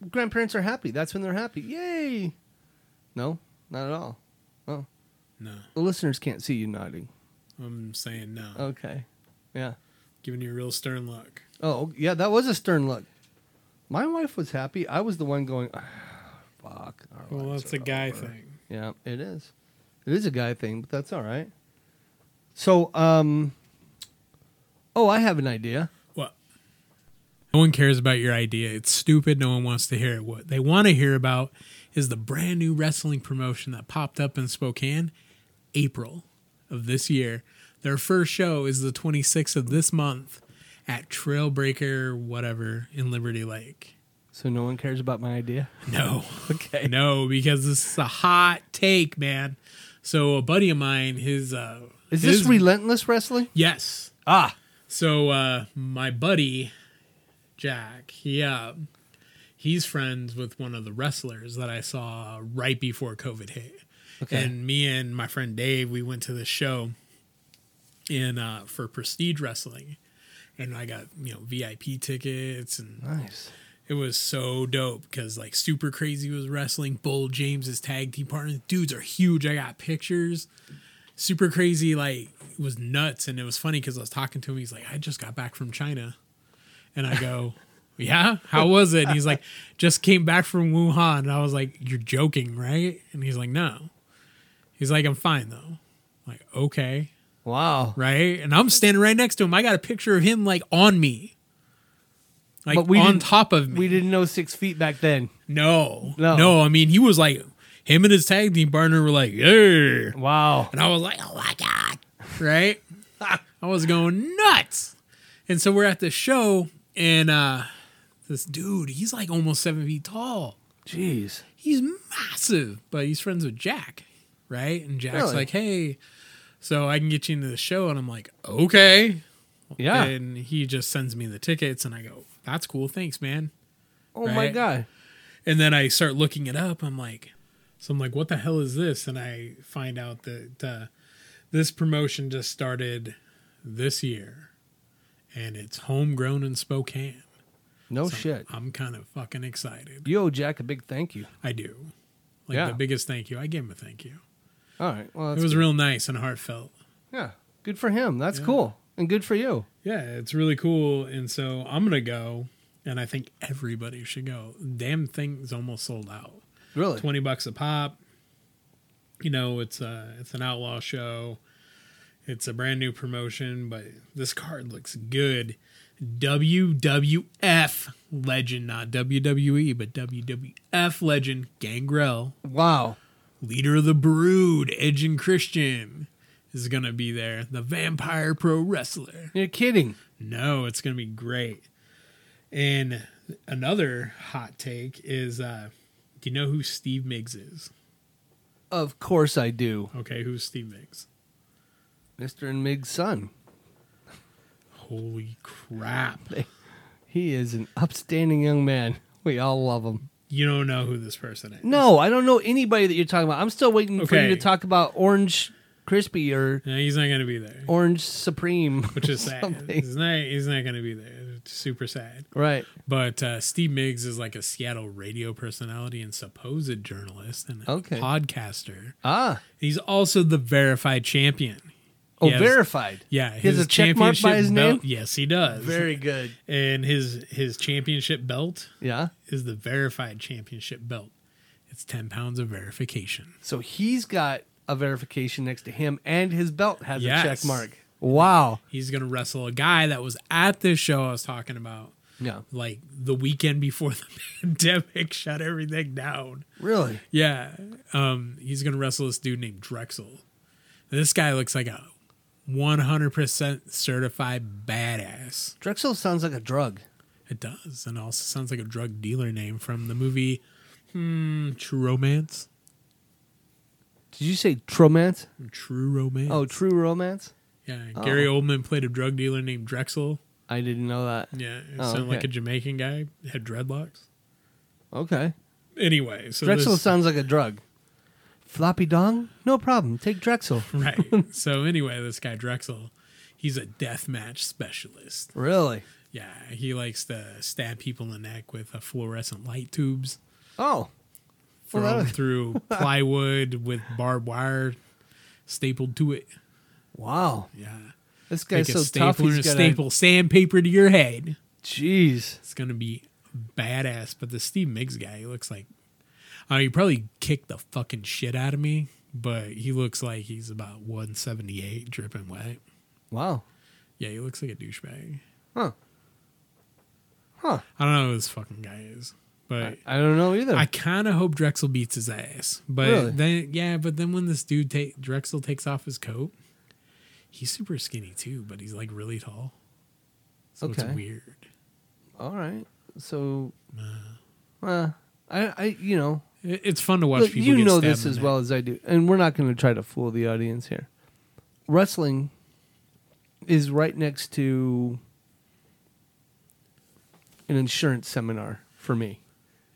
Speaker 2: grandparents are happy. That's when they're happy. Yay! No, not at all. Oh,
Speaker 3: No,
Speaker 2: the listeners can't see you nodding.
Speaker 3: I'm saying no.
Speaker 2: Okay, yeah.
Speaker 3: Giving you a real stern look.
Speaker 2: Oh, yeah. That was a stern look. My wife was happy. I was the one going. "Ah, fuck. our
Speaker 3: Well,
Speaker 2: lives
Speaker 3: that's
Speaker 2: are
Speaker 3: a guy
Speaker 2: over."
Speaker 3: thing.
Speaker 2: Yeah, it is. It is a guy thing, but that's all right. So, um, oh, I have an idea.
Speaker 3: What? No one cares about your idea. It's stupid. No one wants to hear it. What they want to hear about is the brand new wrestling promotion that popped up in Spokane, April of this year. Their first show is the 26th of this month at Trailbreaker, whatever, in Liberty Lake.
Speaker 2: So no one cares about my idea. (laughs)
Speaker 3: No. (laughs)
Speaker 2: Okay.
Speaker 3: No, because this is a hot take, man. So a buddy of mine, his uh
Speaker 2: Is
Speaker 3: his-
Speaker 2: this relentless wrestling?
Speaker 3: Yes.
Speaker 2: Ah,
Speaker 3: So uh my buddy Jack, he uh he's friends with one of the wrestlers that I saw right before COVID hit. And me and my friend Dave, we went to this show in uh for prestige wrestling. And I got, you know, VIP tickets and
Speaker 2: nice.
Speaker 3: it was so dope because like Super Crazy was wrestling. Bull James is tag team partners. Dudes are huge. I got pictures. Super Crazy like was nuts, and it was funny because I was talking to him. He's like, I just got back from China, and I
Speaker 2: (laughs)
Speaker 3: go, Yeah, how was it? And he's like, Just came back from Wuhan. And I was like, You're joking, right? And he's like, No. He's like, I'm fine though. I'm like, okay,
Speaker 2: Wow.
Speaker 3: right? And I'm standing right next to him. I got a picture of him like on me. Like
Speaker 2: But we
Speaker 3: on
Speaker 2: didn't-
Speaker 3: top of me.
Speaker 2: We didn't know six feet back then.
Speaker 3: No,
Speaker 2: No.
Speaker 3: no, I mean, he was like, him and his tag team partner were like, yeah.
Speaker 2: Wow.
Speaker 3: And I was like, oh my God.
Speaker 2: (laughs)
Speaker 3: Right? I was going nuts. And so we're at this show, and uh, this dude, he's like almost seven feet tall.
Speaker 2: Jeez.
Speaker 3: He's massive, but he's friends with Jack. Right? And Jack's
Speaker 2: Really?
Speaker 3: like, hey, so I can get you into the show. And I'm like, okay.
Speaker 2: Yeah.
Speaker 3: And he just sends me the tickets, and I go, that's cool. Thanks, man.
Speaker 2: oh my
Speaker 3: right?
Speaker 2: god.
Speaker 3: And then I start looking it up. I'm like, so I'm like, what the hell is this? And I find out that uh, this promotion just started this year, and it's homegrown in Spokane.
Speaker 2: No Oh, shit.
Speaker 3: I'm kind of fucking excited.
Speaker 2: You owe Jack a big thank you.
Speaker 3: I do. Like
Speaker 2: Yeah.
Speaker 3: the biggest thank you. I gave him a thank you.
Speaker 2: All right. Well,
Speaker 3: it
Speaker 2: that's,
Speaker 3: was real nice and heartfelt.
Speaker 2: yeah. Good for him. That's cool and good for you.
Speaker 3: Yeah, it's really cool. And so I'm gonna go, and I think everybody should go. Damn thing's almost sold out.
Speaker 2: Really.
Speaker 3: 20 bucks a pop you know it's a it's an outlaw show it's a brand new promotion but this card looks good WWF legend not WWE but WWF legend Gangrel
Speaker 2: Wow.
Speaker 3: leader of the brood Edge and Christian is going to be there the vampire pro wrestler
Speaker 2: You're kidding.
Speaker 3: no, it's going to be great. And another hot take is uh, do you know who Steve Miggs is?
Speaker 2: Of course I do.
Speaker 3: Okay, who's Steve Miggs?
Speaker 2: Mr. and Mig's son.
Speaker 3: Holy crap.
Speaker 2: He is an upstanding young man. We all love him.
Speaker 3: You don't know who this person is.
Speaker 2: No, I don't know anybody that you're talking about. I'm still waiting for you to
Speaker 3: Okay.
Speaker 2: talk about Orange Crispy or
Speaker 3: No, he's not going to be there,
Speaker 2: Orange Supreme. (laughs)
Speaker 3: which is sad.
Speaker 2: something.
Speaker 3: He's not, he's not going to be there. It's super sad.
Speaker 2: Right.
Speaker 3: But uh, Steve Miggs is like a Seattle radio personality and supposed journalist and
Speaker 2: Okay.
Speaker 3: podcaster.
Speaker 2: Ah.
Speaker 3: He's also the verified champion.
Speaker 2: Oh,
Speaker 3: Yes.
Speaker 2: verified.
Speaker 3: Yeah,
Speaker 2: He has a check mark by
Speaker 3: championship
Speaker 2: his
Speaker 3: belt-
Speaker 2: name?
Speaker 3: Yes, he does.
Speaker 2: Very good.
Speaker 3: and his his championship belt
Speaker 2: Yeah.
Speaker 3: is the verified championship belt. It's ten pounds of verification.
Speaker 2: So he's got a verification next to him, and his belt has
Speaker 3: Yes.
Speaker 2: a check mark. Wow.
Speaker 3: He's gonna wrestle a guy that was at this show I was talking about,
Speaker 2: Yeah.
Speaker 3: like the weekend before (laughs) the pandemic shut everything down.
Speaker 2: Really?
Speaker 3: Yeah, um, he's gonna wrestle this dude named Drexel. This guy looks like a one hundred percent certified badass.
Speaker 2: Drexel sounds like a drug.
Speaker 3: It does, and also sounds like a drug dealer name from the movie hmm, True Romance.
Speaker 2: Did you say tromance?
Speaker 3: True Romance.
Speaker 2: Oh, true romance?
Speaker 3: Yeah, Gary Oldman played a drug dealer named Drexel.
Speaker 2: I didn't know that.
Speaker 3: Yeah, it
Speaker 2: Oh,
Speaker 3: sounded like
Speaker 2: okay.
Speaker 3: a Jamaican guy had dreadlocks.
Speaker 2: Okay.
Speaker 3: Anyway, so
Speaker 2: Drexel
Speaker 3: this-
Speaker 2: sounds like a drug. Floppy dong? No problem. Take Drexel.
Speaker 3: (laughs)
Speaker 2: (laughs)
Speaker 3: right. so anyway, this guy Drexel, he's a death match specialist.
Speaker 2: Really?
Speaker 3: Yeah, he likes to stab people in the neck with uh, fluorescent light tubes,
Speaker 2: Oh.
Speaker 3: throw
Speaker 2: Well, that
Speaker 3: 'em
Speaker 2: was- (laughs)
Speaker 3: through plywood with barbed wire stapled to it.
Speaker 2: Wow.
Speaker 3: Yeah,
Speaker 2: This
Speaker 3: Take
Speaker 2: guy's
Speaker 3: a
Speaker 2: so tough.
Speaker 3: stapler
Speaker 2: He's
Speaker 3: and
Speaker 2: got
Speaker 3: staple sandpaper to your head.
Speaker 2: Jeez.
Speaker 3: It's gonna be badass. But the Steve Miggs guy, he looks like I mean, he probably kicked the fucking shit out of me, but he looks like he's about 178, dripping wet.
Speaker 2: Wow.
Speaker 3: Yeah, he looks like a douchebag.
Speaker 2: Huh. Huh.
Speaker 3: I don't know who this fucking guy is, but
Speaker 2: I don't know either.
Speaker 3: I kind of hope Drexel beats his ass. But
Speaker 2: Really?
Speaker 3: then, yeah, but then when this dude take Drexel takes off his coat, he's super skinny too, but he's like really tall. So
Speaker 2: Okay.
Speaker 3: it's weird.
Speaker 2: All right. So. Uh, I, I, you know,
Speaker 3: It- It's fun to watch
Speaker 2: look,
Speaker 3: people.
Speaker 2: you
Speaker 3: get
Speaker 2: know
Speaker 3: stabbed
Speaker 2: this
Speaker 3: in the
Speaker 2: as
Speaker 3: neck.
Speaker 2: well as I do, and we're not going to try to fool the audience here. Wrestling is right next to an insurance seminar for me.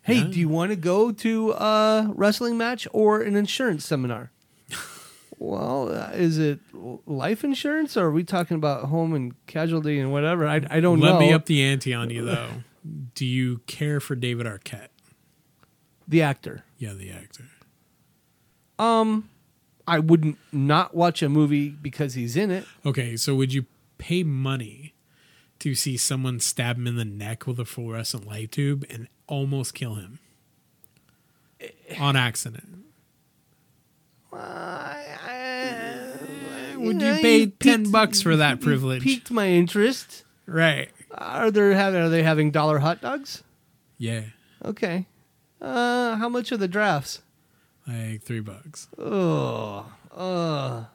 Speaker 2: Hey,
Speaker 3: Yeah.
Speaker 2: do you want to go to a wrestling match or an insurance
Speaker 3: (laughs)
Speaker 2: seminar? well, uh, is it life insurance or are we talking about home and casualty and whatever? I, I don't
Speaker 3: Let
Speaker 2: know.
Speaker 3: me up the ante on you though. Do you care for David Arquette?
Speaker 2: the actor. Um,
Speaker 3: Yeah, the actor.
Speaker 2: I wouldn't not watch a movie because he's in it.
Speaker 3: Okay, so would you pay money to see someone stab him in the neck with a fluorescent light tube and almost kill him on accident? Would you
Speaker 2: know,
Speaker 3: pay
Speaker 2: Uh, you
Speaker 3: ten
Speaker 2: piqued-
Speaker 3: bucks
Speaker 2: (laughs)
Speaker 3: for that privilege?
Speaker 2: piqued my interest.
Speaker 3: Right?
Speaker 2: Are there having are they having dollar hot dogs?
Speaker 3: Yeah,
Speaker 2: Okay. Uh, how much are the drafts?
Speaker 3: like three bucks.
Speaker 2: Oh, uh.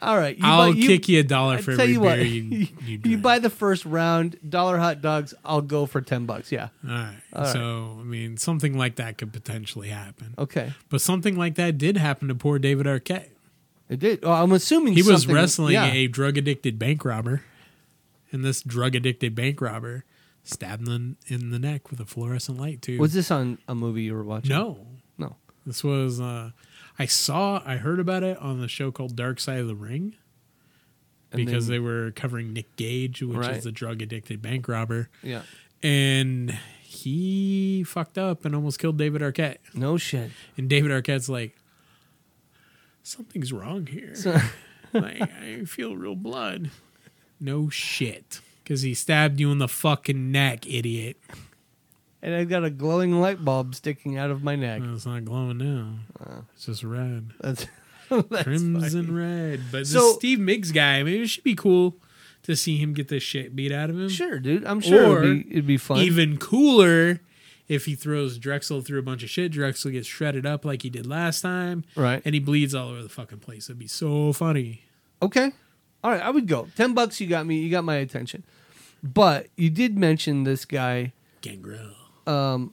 Speaker 2: All right. You
Speaker 3: I'll
Speaker 2: buy, you,
Speaker 3: kick you a dollar
Speaker 2: I
Speaker 3: for
Speaker 2: tell
Speaker 3: every
Speaker 2: you
Speaker 3: beer
Speaker 2: what, (laughs)
Speaker 3: you you,
Speaker 2: you
Speaker 3: drink.
Speaker 2: buy the first round dollar hot dogs. I'll go for ten bucks. Yeah.
Speaker 3: All right.
Speaker 2: All right.
Speaker 3: So I mean, something like that could potentially happen.
Speaker 2: Okay.
Speaker 3: But something like that did happen to poor David Arquette.
Speaker 2: It did. Oh, I'm assuming
Speaker 3: He was
Speaker 2: something-
Speaker 3: wrestling
Speaker 2: yeah.
Speaker 3: a drug addicted bank robber, and this drug addicted bank robber stabbed him in the neck with a fluorescent light tube.
Speaker 2: Was this on a movie you were watching?
Speaker 3: no,
Speaker 2: No.
Speaker 3: this was uh, I saw I heard about it on the show called Dark Side of the Ring
Speaker 2: And
Speaker 3: because
Speaker 2: then-
Speaker 3: they were covering Nick Gage, which
Speaker 2: Right.
Speaker 3: is the drug addicted bank robber,
Speaker 2: Yeah.
Speaker 3: and he fucked up and almost killed David Arquette.
Speaker 2: No shit.
Speaker 3: And David Arquette's like, something's
Speaker 2: (laughs)
Speaker 3: wrong here. (laughs)
Speaker 2: So-
Speaker 3: like, I feel real blood. No shit. Because he stabbed you in the fucking neck, idiot.
Speaker 2: and I've got a glowing light bulb sticking out of my neck.
Speaker 3: oh, No, it's not glowing now. It's just red.
Speaker 2: (laughs) That's, that's
Speaker 3: Crimson red. But
Speaker 2: So-
Speaker 3: this Steve Miggs guy, I mean, it should be cool to see him get the shit beat out of him.
Speaker 2: Sure, dude. I'm sure
Speaker 3: Or
Speaker 2: it'd, be, it'd be fun.
Speaker 3: Even cooler if he throws Drexel through a bunch of shit. Drexel gets shredded up like he did last time.
Speaker 2: Right.
Speaker 3: And he bleeds all over the fucking place. That'd be so funny.
Speaker 2: okay. All right, I would go. Ten bucks, you got me. You got my attention. But you did mention this guy. um,
Speaker 3: Gangrel.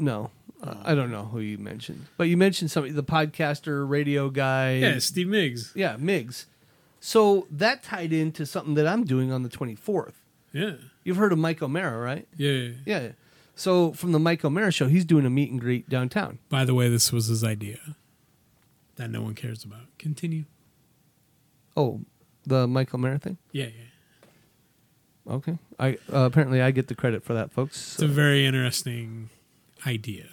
Speaker 2: No, uh, I don't know who you mentioned, but you mentioned somebody, the podcaster, radio guy.
Speaker 3: Yeah, Steve Miggs.
Speaker 2: Yeah, Migs. So that tied into something that I'm doing on the 24th.
Speaker 3: Yeah.
Speaker 2: You've heard of Mike O'Mara, right?
Speaker 3: Yeah.
Speaker 2: Yeah. So from the Mike O'Mara show, he's doing a meet and greet downtown.
Speaker 3: By the way, this was his idea that no one cares about. Continue.
Speaker 2: Oh, the Mike O'Mara thing.
Speaker 3: Yeah, yeah.
Speaker 2: Okay. I uh, apparently I get the credit for that, folks.
Speaker 3: It's a very interesting idea.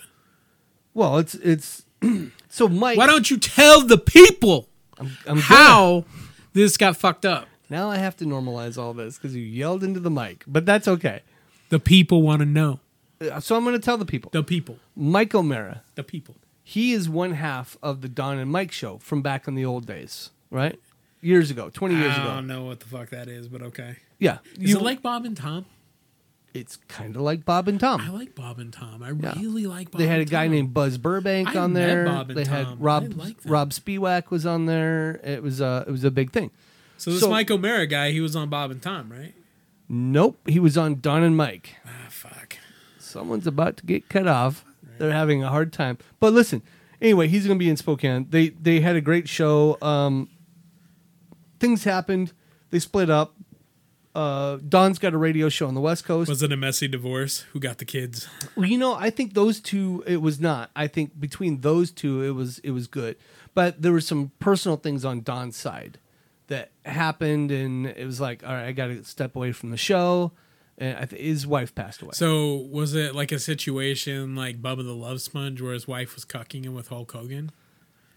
Speaker 2: Well, it's it's (clears throat) so Mike.
Speaker 3: Why don't you tell the people
Speaker 2: I'm gonna-
Speaker 3: how (laughs) this got fucked up?
Speaker 2: now I have to normalize all this because you yelled into the mic, but that's okay.
Speaker 3: The people want to know.
Speaker 2: Uh, So I'm going to tell the people.
Speaker 3: The people.
Speaker 2: Mike O'Mara,
Speaker 3: The people.
Speaker 2: he is one half of the Don and Mike show from back in the old days, right? Years ago, twenty years
Speaker 3: I
Speaker 2: ago.
Speaker 3: don't know what the fuck that is, but okay.
Speaker 2: Yeah,
Speaker 3: Um, Is it like Bob and Tom?
Speaker 2: It's kind of like Bob and
Speaker 3: I
Speaker 2: Tom.
Speaker 3: like Bob and Tom. I
Speaker 2: Yeah.
Speaker 3: really like Bob
Speaker 2: They had a
Speaker 3: and
Speaker 2: guy
Speaker 3: Tom.
Speaker 2: named Buzz Burbank
Speaker 3: I
Speaker 2: on
Speaker 3: met
Speaker 2: there.
Speaker 3: Bob and
Speaker 2: they
Speaker 3: Tom.
Speaker 2: had
Speaker 3: I
Speaker 2: Rob
Speaker 3: like them.
Speaker 2: Rob Spiewak was on there. It was uh it was a big thing.
Speaker 3: So this
Speaker 2: so-
Speaker 3: Mike O'Mara guy, he was on Bob and Tom, right?
Speaker 2: Nope, he was on Don and Mike.
Speaker 3: Ah, fuck.
Speaker 2: someone's about to get cut off. They're having a hard time. But listen, anyway, he's going to be in Spokane. They they had a great show. Um, things happened. They split up. Uh, Don's got a radio show on the West Coast.
Speaker 3: Was it a messy divorce? Who got the kids?
Speaker 2: Well, you know, I think those two it was not. I think between those two it was it was good. But there were some personal things on Don's side that happened and it was like, all right, I got to step away from the show. And I th- his wife passed away.
Speaker 3: So was it like a situation like Bubba the Love Sponge where his wife was cucking him with Hulk Hogan?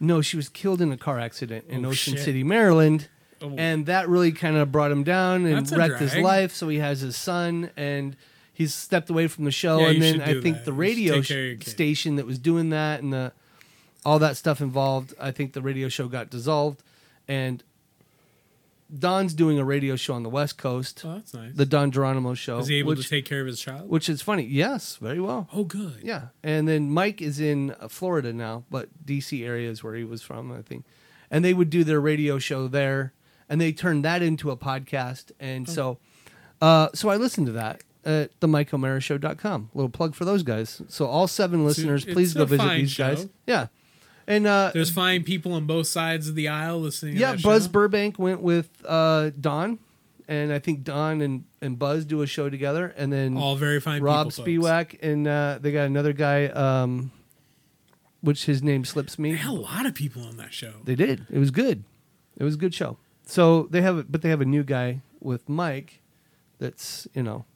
Speaker 2: no, she was killed in a car accident in
Speaker 3: Oh,
Speaker 2: Ocean
Speaker 3: shit.
Speaker 2: City, Maryland.
Speaker 3: Oh.
Speaker 2: And that really kind of brought him down and
Speaker 3: That's a
Speaker 2: wrecked his
Speaker 3: drag.
Speaker 2: life. So he has his son and he's stepped away from the show.
Speaker 3: Yeah,
Speaker 2: and
Speaker 3: you
Speaker 2: then
Speaker 3: should
Speaker 2: I
Speaker 3: do
Speaker 2: think
Speaker 3: that.
Speaker 2: the
Speaker 3: You should
Speaker 2: radio
Speaker 3: take care of your
Speaker 2: sh-
Speaker 3: kid.
Speaker 2: station that was doing that and the all that stuff involved, I think the radio show got dissolved. And Don's doing a radio show on the West Coast,
Speaker 3: Oh, that's nice.
Speaker 2: the Don Geronimo show.
Speaker 3: was he able
Speaker 2: which,
Speaker 3: to take care of his child?
Speaker 2: which is funny. Yes, very well.
Speaker 3: oh, good.
Speaker 2: Yeah, and then Mike is in uh, Florida now, but DC area is where he was from, I think. And they would do their radio show there, and they turned that into a podcast. And
Speaker 3: Oh.
Speaker 2: so, uh, so I listened to that at themikeomerashow.com. Little plug for those guys. So all seven listeners,
Speaker 3: it's
Speaker 2: please go
Speaker 3: a
Speaker 2: visit
Speaker 3: fine
Speaker 2: these guys.
Speaker 3: show.
Speaker 2: Yeah, and uh,
Speaker 3: There's fine people on both sides of the aisle listening.
Speaker 2: yeah,
Speaker 3: to that
Speaker 2: Buzz
Speaker 3: show.
Speaker 2: Burbank went with uh, Don, and I think Don and and Buzz do a show together, and then
Speaker 3: All very fine
Speaker 2: Rob
Speaker 3: people. folks.
Speaker 2: Spiewak, and uh, they got another guy, um, which his name slips me.
Speaker 3: They had a lot of people on that show.
Speaker 2: They did. It was good. It was a good show. So they have, but they have a new guy with Mike. That's you know,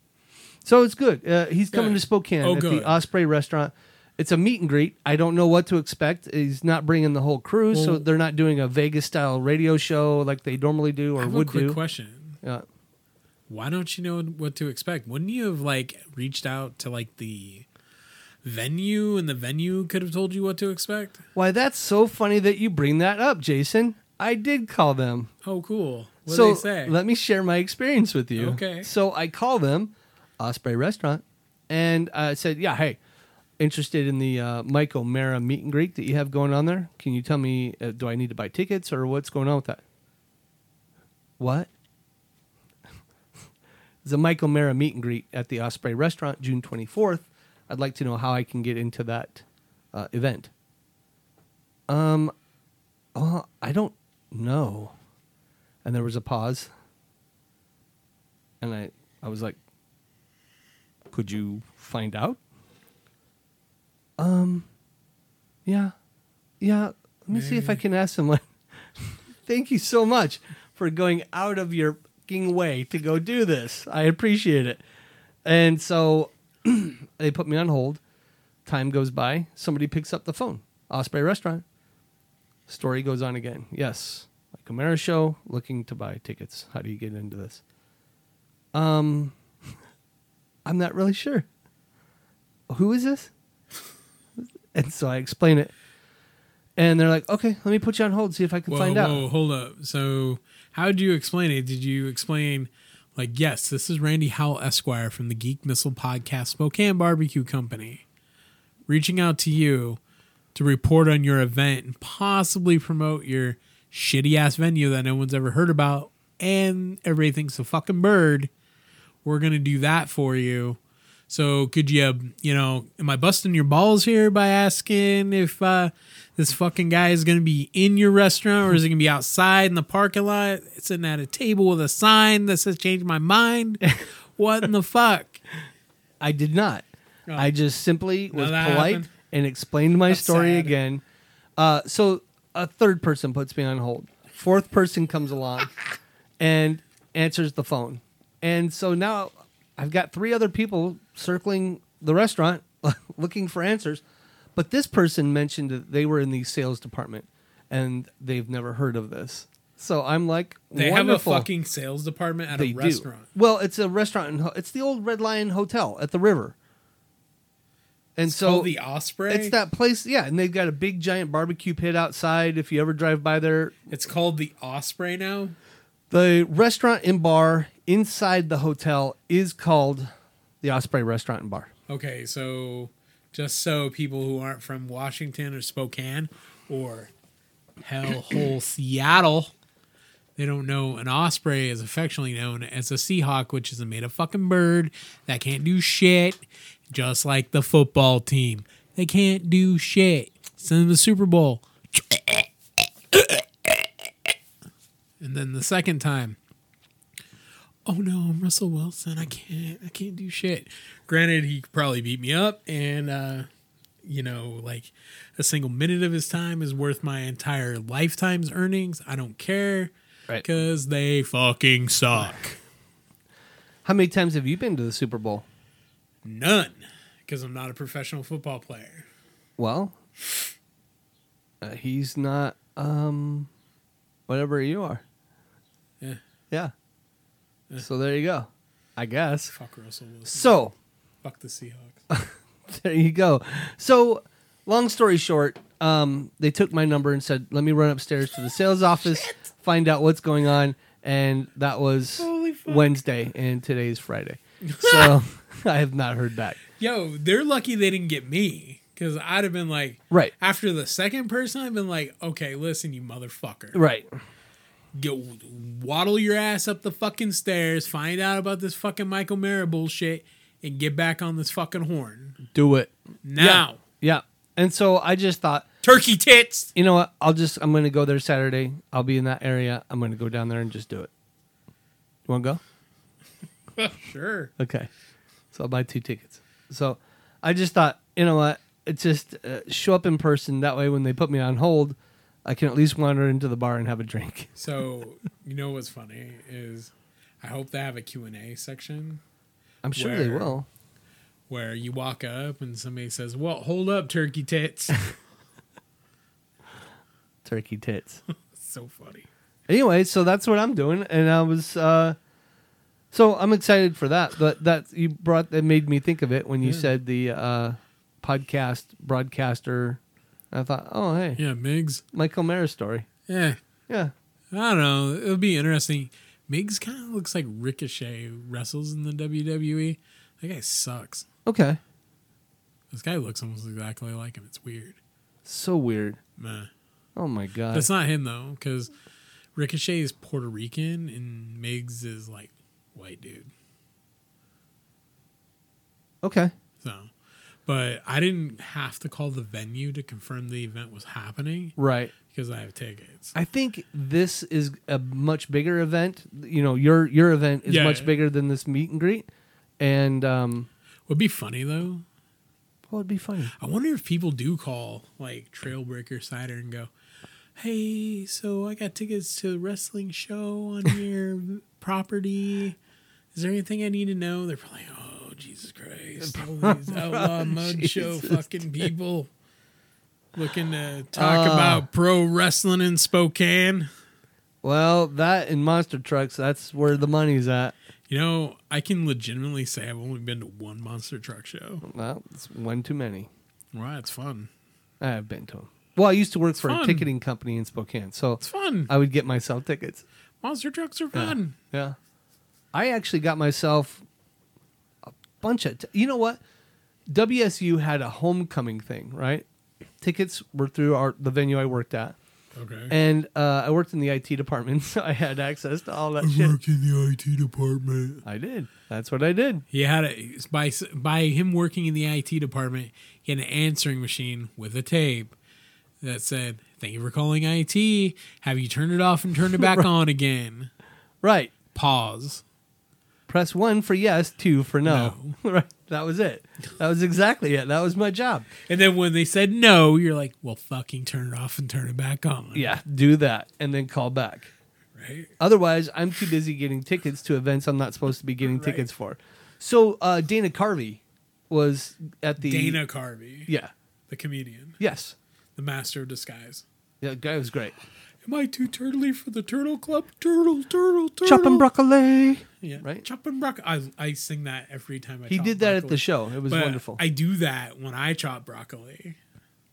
Speaker 2: so it's good. Uh, he's coming
Speaker 3: Good.
Speaker 2: to Spokane
Speaker 3: Oh,
Speaker 2: at
Speaker 3: good.
Speaker 2: the Osprey Restaurant. It's a meet and greet. I don't know what to expect. He's not bringing the whole crew, so
Speaker 3: Well-
Speaker 2: they're not doing a Vegas style radio show like they normally do
Speaker 3: I
Speaker 2: or
Speaker 3: have
Speaker 2: would
Speaker 3: a quick
Speaker 2: do.
Speaker 3: question.
Speaker 2: Yeah.
Speaker 3: Why don't you know what to expect? Wouldn't you have like reached out to like the venue and the venue could have told you what to expect?
Speaker 2: Why that's so funny that you bring that up, Jason. I did call them.
Speaker 3: Oh, cool. What
Speaker 2: so
Speaker 3: did they say?
Speaker 2: let me share my experience with you.
Speaker 3: Okay.
Speaker 2: So I call them, Osprey Restaurant, and I said, "Yeah, hey, interested in the uh, Mike O'Mara meet and greet that you have going on there? Can you tell me? Uh, do I need to buy tickets or what's going on with that? What? (laughs) It's a Mike O'Mara meet and greet at the Osprey Restaurant, June twenty fourth. I'd like to know how I can get into that uh, event. Um, uh, I don't know. And there was a pause. And I, I was like, could you find out? Um, yeah. Yeah. Let me see if I can ask someone. Thank you so much for going out of your fucking way to go do this. I appreciate it. And so (clears throat) they put me on hold. Time goes by. Somebody picks up the phone. Osprey Restaurant. Story goes on again. Yes, like Camara show, looking to buy tickets. How do you get into this? Um, (laughs) I'm not really sure. Who is this? And so I explain it, and they're like, "Okay, let me put you on hold, see if I can
Speaker 3: whoa,
Speaker 2: find
Speaker 3: whoa,
Speaker 2: out."
Speaker 3: hold up. So, how did you explain it? Did you explain like, yes, this is Randy Howell Esquire from the Geek Missile Podcast Spokane Barbecue Company, reaching out to you to report on your event and possibly promote your shitty ass venue that no one's ever heard about, and everything's a fucking bird. We're gonna do that for you. So could you, you know, am I busting your balls here by asking if uh, this fucking guy is going to be in your restaurant or is he going to be outside in the parking lot sitting at a table with a sign that says "Change my
Speaker 2: (laughs)
Speaker 3: mind"? what in the fuck?
Speaker 2: I did not. I just simply was
Speaker 3: Oh. that
Speaker 2: polite
Speaker 3: happened?
Speaker 2: and explained my story
Speaker 3: sad.
Speaker 2: again. Uh, so a third person puts me on hold. Fourth person comes
Speaker 3: (laughs)
Speaker 2: along and answers the phone. And so now I've got three other people circling the restaurant (laughs) looking for answers. But this person mentioned that they were in the sales department and they've never heard of this. So I'm like,
Speaker 3: They
Speaker 2: wonderful.
Speaker 3: have a fucking sales department at
Speaker 2: they
Speaker 3: a restaurant.
Speaker 2: do. Well, it's a restaurant. In, Ho- it's the old Red Lion Hotel at the river. And so
Speaker 3: oh, the Osprey.
Speaker 2: it's that place, yeah. And they've got a big giant barbecue pit outside. If you ever drive by there,
Speaker 3: It's called the Osprey now.
Speaker 2: the restaurant and bar inside the hotel is called the Osprey Restaurant and Bar.
Speaker 3: Okay, so just so people who aren't from Washington or Spokane or hell whole Seattle, they don't know an osprey is affectionately known as a Seahawk, which is a made up fucking bird that can't do shit, just like the football team. They can't do shit. Send them to the Super Bowl. (clears throat) And then the second time, oh no, I'm Russell Wilson. I can't, I can't do shit. Granted, he could probably beat me up, and uh, you know, like a single minute of his time is worth my entire lifetime's earnings. I don't care
Speaker 2: Right.
Speaker 3: because they fucking suck.
Speaker 2: How many times have you been to the Super Bowl?
Speaker 3: None, because I'm not a professional football player.
Speaker 2: Well, uh, he's not um whatever you are.
Speaker 3: Yeah.
Speaker 2: Yeah.
Speaker 3: Eh.
Speaker 2: So there you go. I guess.
Speaker 3: Fuck Russell Wilson.
Speaker 2: So,
Speaker 3: Fuck the Seahawks.
Speaker 2: (laughs) there you go. So, long story short, um, they took my number and said, "Let me run upstairs to the
Speaker 3: (laughs)
Speaker 2: sales office, find out what's going on." And that was
Speaker 3: Holy fuck.
Speaker 2: Wednesday, and today's
Speaker 3: (laughs)
Speaker 2: Friday. So (laughs) I have not heard back.
Speaker 3: Yo, they're lucky they didn't get me because I'd have been like,
Speaker 2: Right.
Speaker 3: After the second person, I've been like, okay, listen, you motherfucker.
Speaker 2: Right.
Speaker 3: Go waddle your ass up the fucking stairs, find out about this fucking Michael Mara bullshit, and get back on this fucking horn.
Speaker 2: Do it.
Speaker 3: Now,
Speaker 2: Yeah. And so I just thought,
Speaker 3: turkey (laughs) tits.
Speaker 2: you know what? I'll just I'm going to go there Saturday. I'll be in that area. I'm going to go down there and just do it. You want to go?
Speaker 3: Sure.
Speaker 2: Okay. So I'll buy two tickets. So I just thought, you know what? It's just uh, show up in person. That way, when they put me on hold, I can at least wander into the bar and have a drink. (laughs)
Speaker 3: So, you know what's funny is I hope they have a Q&A section
Speaker 2: I'm sure they
Speaker 3: Where?
Speaker 2: will.
Speaker 3: where you walk up and somebody says, well, hold up, turkey (laughs) tits.
Speaker 2: Turkey tits.
Speaker 3: so funny.
Speaker 2: (laughs) anyway, so that's what I'm doing, and I was. Uh, so I'm excited for that. But that you brought that made me think of it when you said the uh, podcast broadcaster. I thought, oh hey,
Speaker 3: Yeah, Migs.
Speaker 2: Michael Mara story.
Speaker 3: Yeah.
Speaker 2: Yeah,
Speaker 3: I don't know. It'll be interesting. Migs kind of looks like Ricochet wrestles in the WWE. That guy sucks.
Speaker 2: okay.
Speaker 3: This guy looks almost exactly like him. It's weird.
Speaker 2: So weird.
Speaker 3: Meh.
Speaker 2: Oh my god.
Speaker 3: That's not him though, because Ricochet is Puerto Rican and Migs is like white dude.
Speaker 2: okay.
Speaker 3: So, but I didn't have to call the venue to confirm the event was happening
Speaker 2: Right.
Speaker 3: because I have tickets.
Speaker 2: I think this is a much bigger event. You know, your your event is
Speaker 3: Yeah.
Speaker 2: much bigger than this meet and greet, and um,
Speaker 3: Would be funny though.
Speaker 2: what would be funny?
Speaker 3: I wonder if people do call like Trailbreaker Cider and go, "Hey, so I got tickets to a wrestling show
Speaker 2: (laughs)
Speaker 3: on your property. Is there anything I need to know?" They're probably, "Oh,
Speaker 2: (laughs)
Speaker 3: Jesus Christ! All these outlaw mud show fucking people looking to talk
Speaker 2: Uh.
Speaker 3: about pro wrestling in Spokane."
Speaker 2: Well, that and monster trucks. That's where the money's at.
Speaker 3: You know, I can legitimately say I've only been to one monster truck show.
Speaker 2: Well, it's one too many.
Speaker 3: Wow, it's fun.
Speaker 2: I've been to them. Well, I used to work for a
Speaker 3: fun.
Speaker 2: ticketing company in Spokane, so
Speaker 3: It's fun.
Speaker 2: I would get myself tickets.
Speaker 3: Monster trucks are fun.
Speaker 2: Uh, Yeah. I actually got myself a bunch of. T- you know what? WSU had a homecoming thing, right? Tickets were through our the venue I worked at,
Speaker 3: Okay.
Speaker 2: and uh, I worked in the IT department, (laughs) so I had access to all that shit.
Speaker 3: in the IT department.
Speaker 2: I did. That's what I did.
Speaker 3: He had a by by him working in the IT department, he had an answering machine with a tape that said, "Thank you for calling IT. Have you turned it off and turned
Speaker 2: (laughs)
Speaker 3: it back on again?"
Speaker 2: Right.
Speaker 3: Pause.
Speaker 2: Press one for yes, two for no. (laughs) right. That was it. That was exactly it. That was my job.
Speaker 3: And then when they said no, you're like, "Well, fucking turn it off and turn it back on."
Speaker 2: Yeah. Do that and then call back.
Speaker 3: Right.
Speaker 2: Otherwise, I'm too busy getting tickets to events I'm not supposed to be getting tickets for. So uh, Dana Carvey was at the
Speaker 3: Dana Carvey,
Speaker 2: Yeah.
Speaker 3: the comedian,
Speaker 2: Yes.
Speaker 3: the master of disguise.
Speaker 2: That guy was great.
Speaker 3: Am I too turtly for the Turtle Club? Turtle, turtle, turtle.
Speaker 2: Chopping broccoli.
Speaker 3: Yeah.
Speaker 2: right?
Speaker 3: Chopping broccoli. I, I sing that every time I
Speaker 2: He
Speaker 3: chop
Speaker 2: did that at
Speaker 3: broccoli.
Speaker 2: the show. It was
Speaker 3: But
Speaker 2: wonderful.
Speaker 3: I do that when I chop broccoli.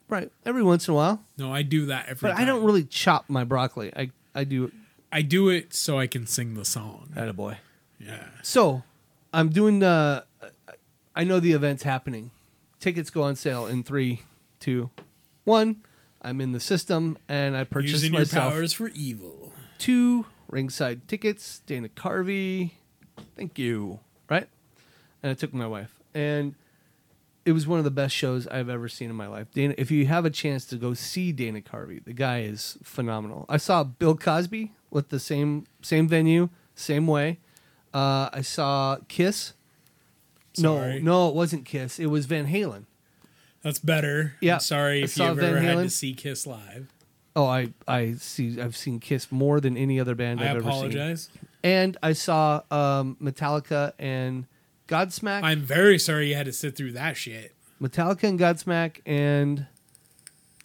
Speaker 2: right. Every once in a while,
Speaker 3: No, I do that every
Speaker 2: but I don't
Speaker 3: time.
Speaker 2: really chop my broccoli. I I do.
Speaker 3: I do it so I can sing the song.
Speaker 2: Attaboy. boy.
Speaker 3: Yeah.
Speaker 2: So, I'm doing. Uh, I know the event's happening. Tickets go on sale in three, two, one. I'm in the system and I purchase
Speaker 3: Using your
Speaker 2: myself.
Speaker 3: powers for evil.
Speaker 2: two ringside tickets, Dana Carvey. Thank you. Right? And I took my wife. And it was one of the best shows I've ever seen in my life. Dana, if you have a chance to go see Dana Carvey, the guy is phenomenal. I saw Bill Cosby with the same same venue, same way. Uh, I saw Kiss.
Speaker 3: Sorry.
Speaker 2: No, no, it wasn't Kiss. It was Van Halen.
Speaker 3: That's better.
Speaker 2: Yeah.
Speaker 3: I'm sorry
Speaker 2: I
Speaker 3: if
Speaker 2: saw
Speaker 3: you've
Speaker 2: Van
Speaker 3: ever had to
Speaker 2: Halen.
Speaker 3: see Kiss live.
Speaker 2: Oh, I I see. I've seen Kiss more than any other band
Speaker 3: I
Speaker 2: I've ever seen.
Speaker 3: apologize.
Speaker 2: And I saw um, Metallica and Godsmack.
Speaker 3: I'm very sorry you had to sit through that shit.
Speaker 2: Metallica and Godsmack and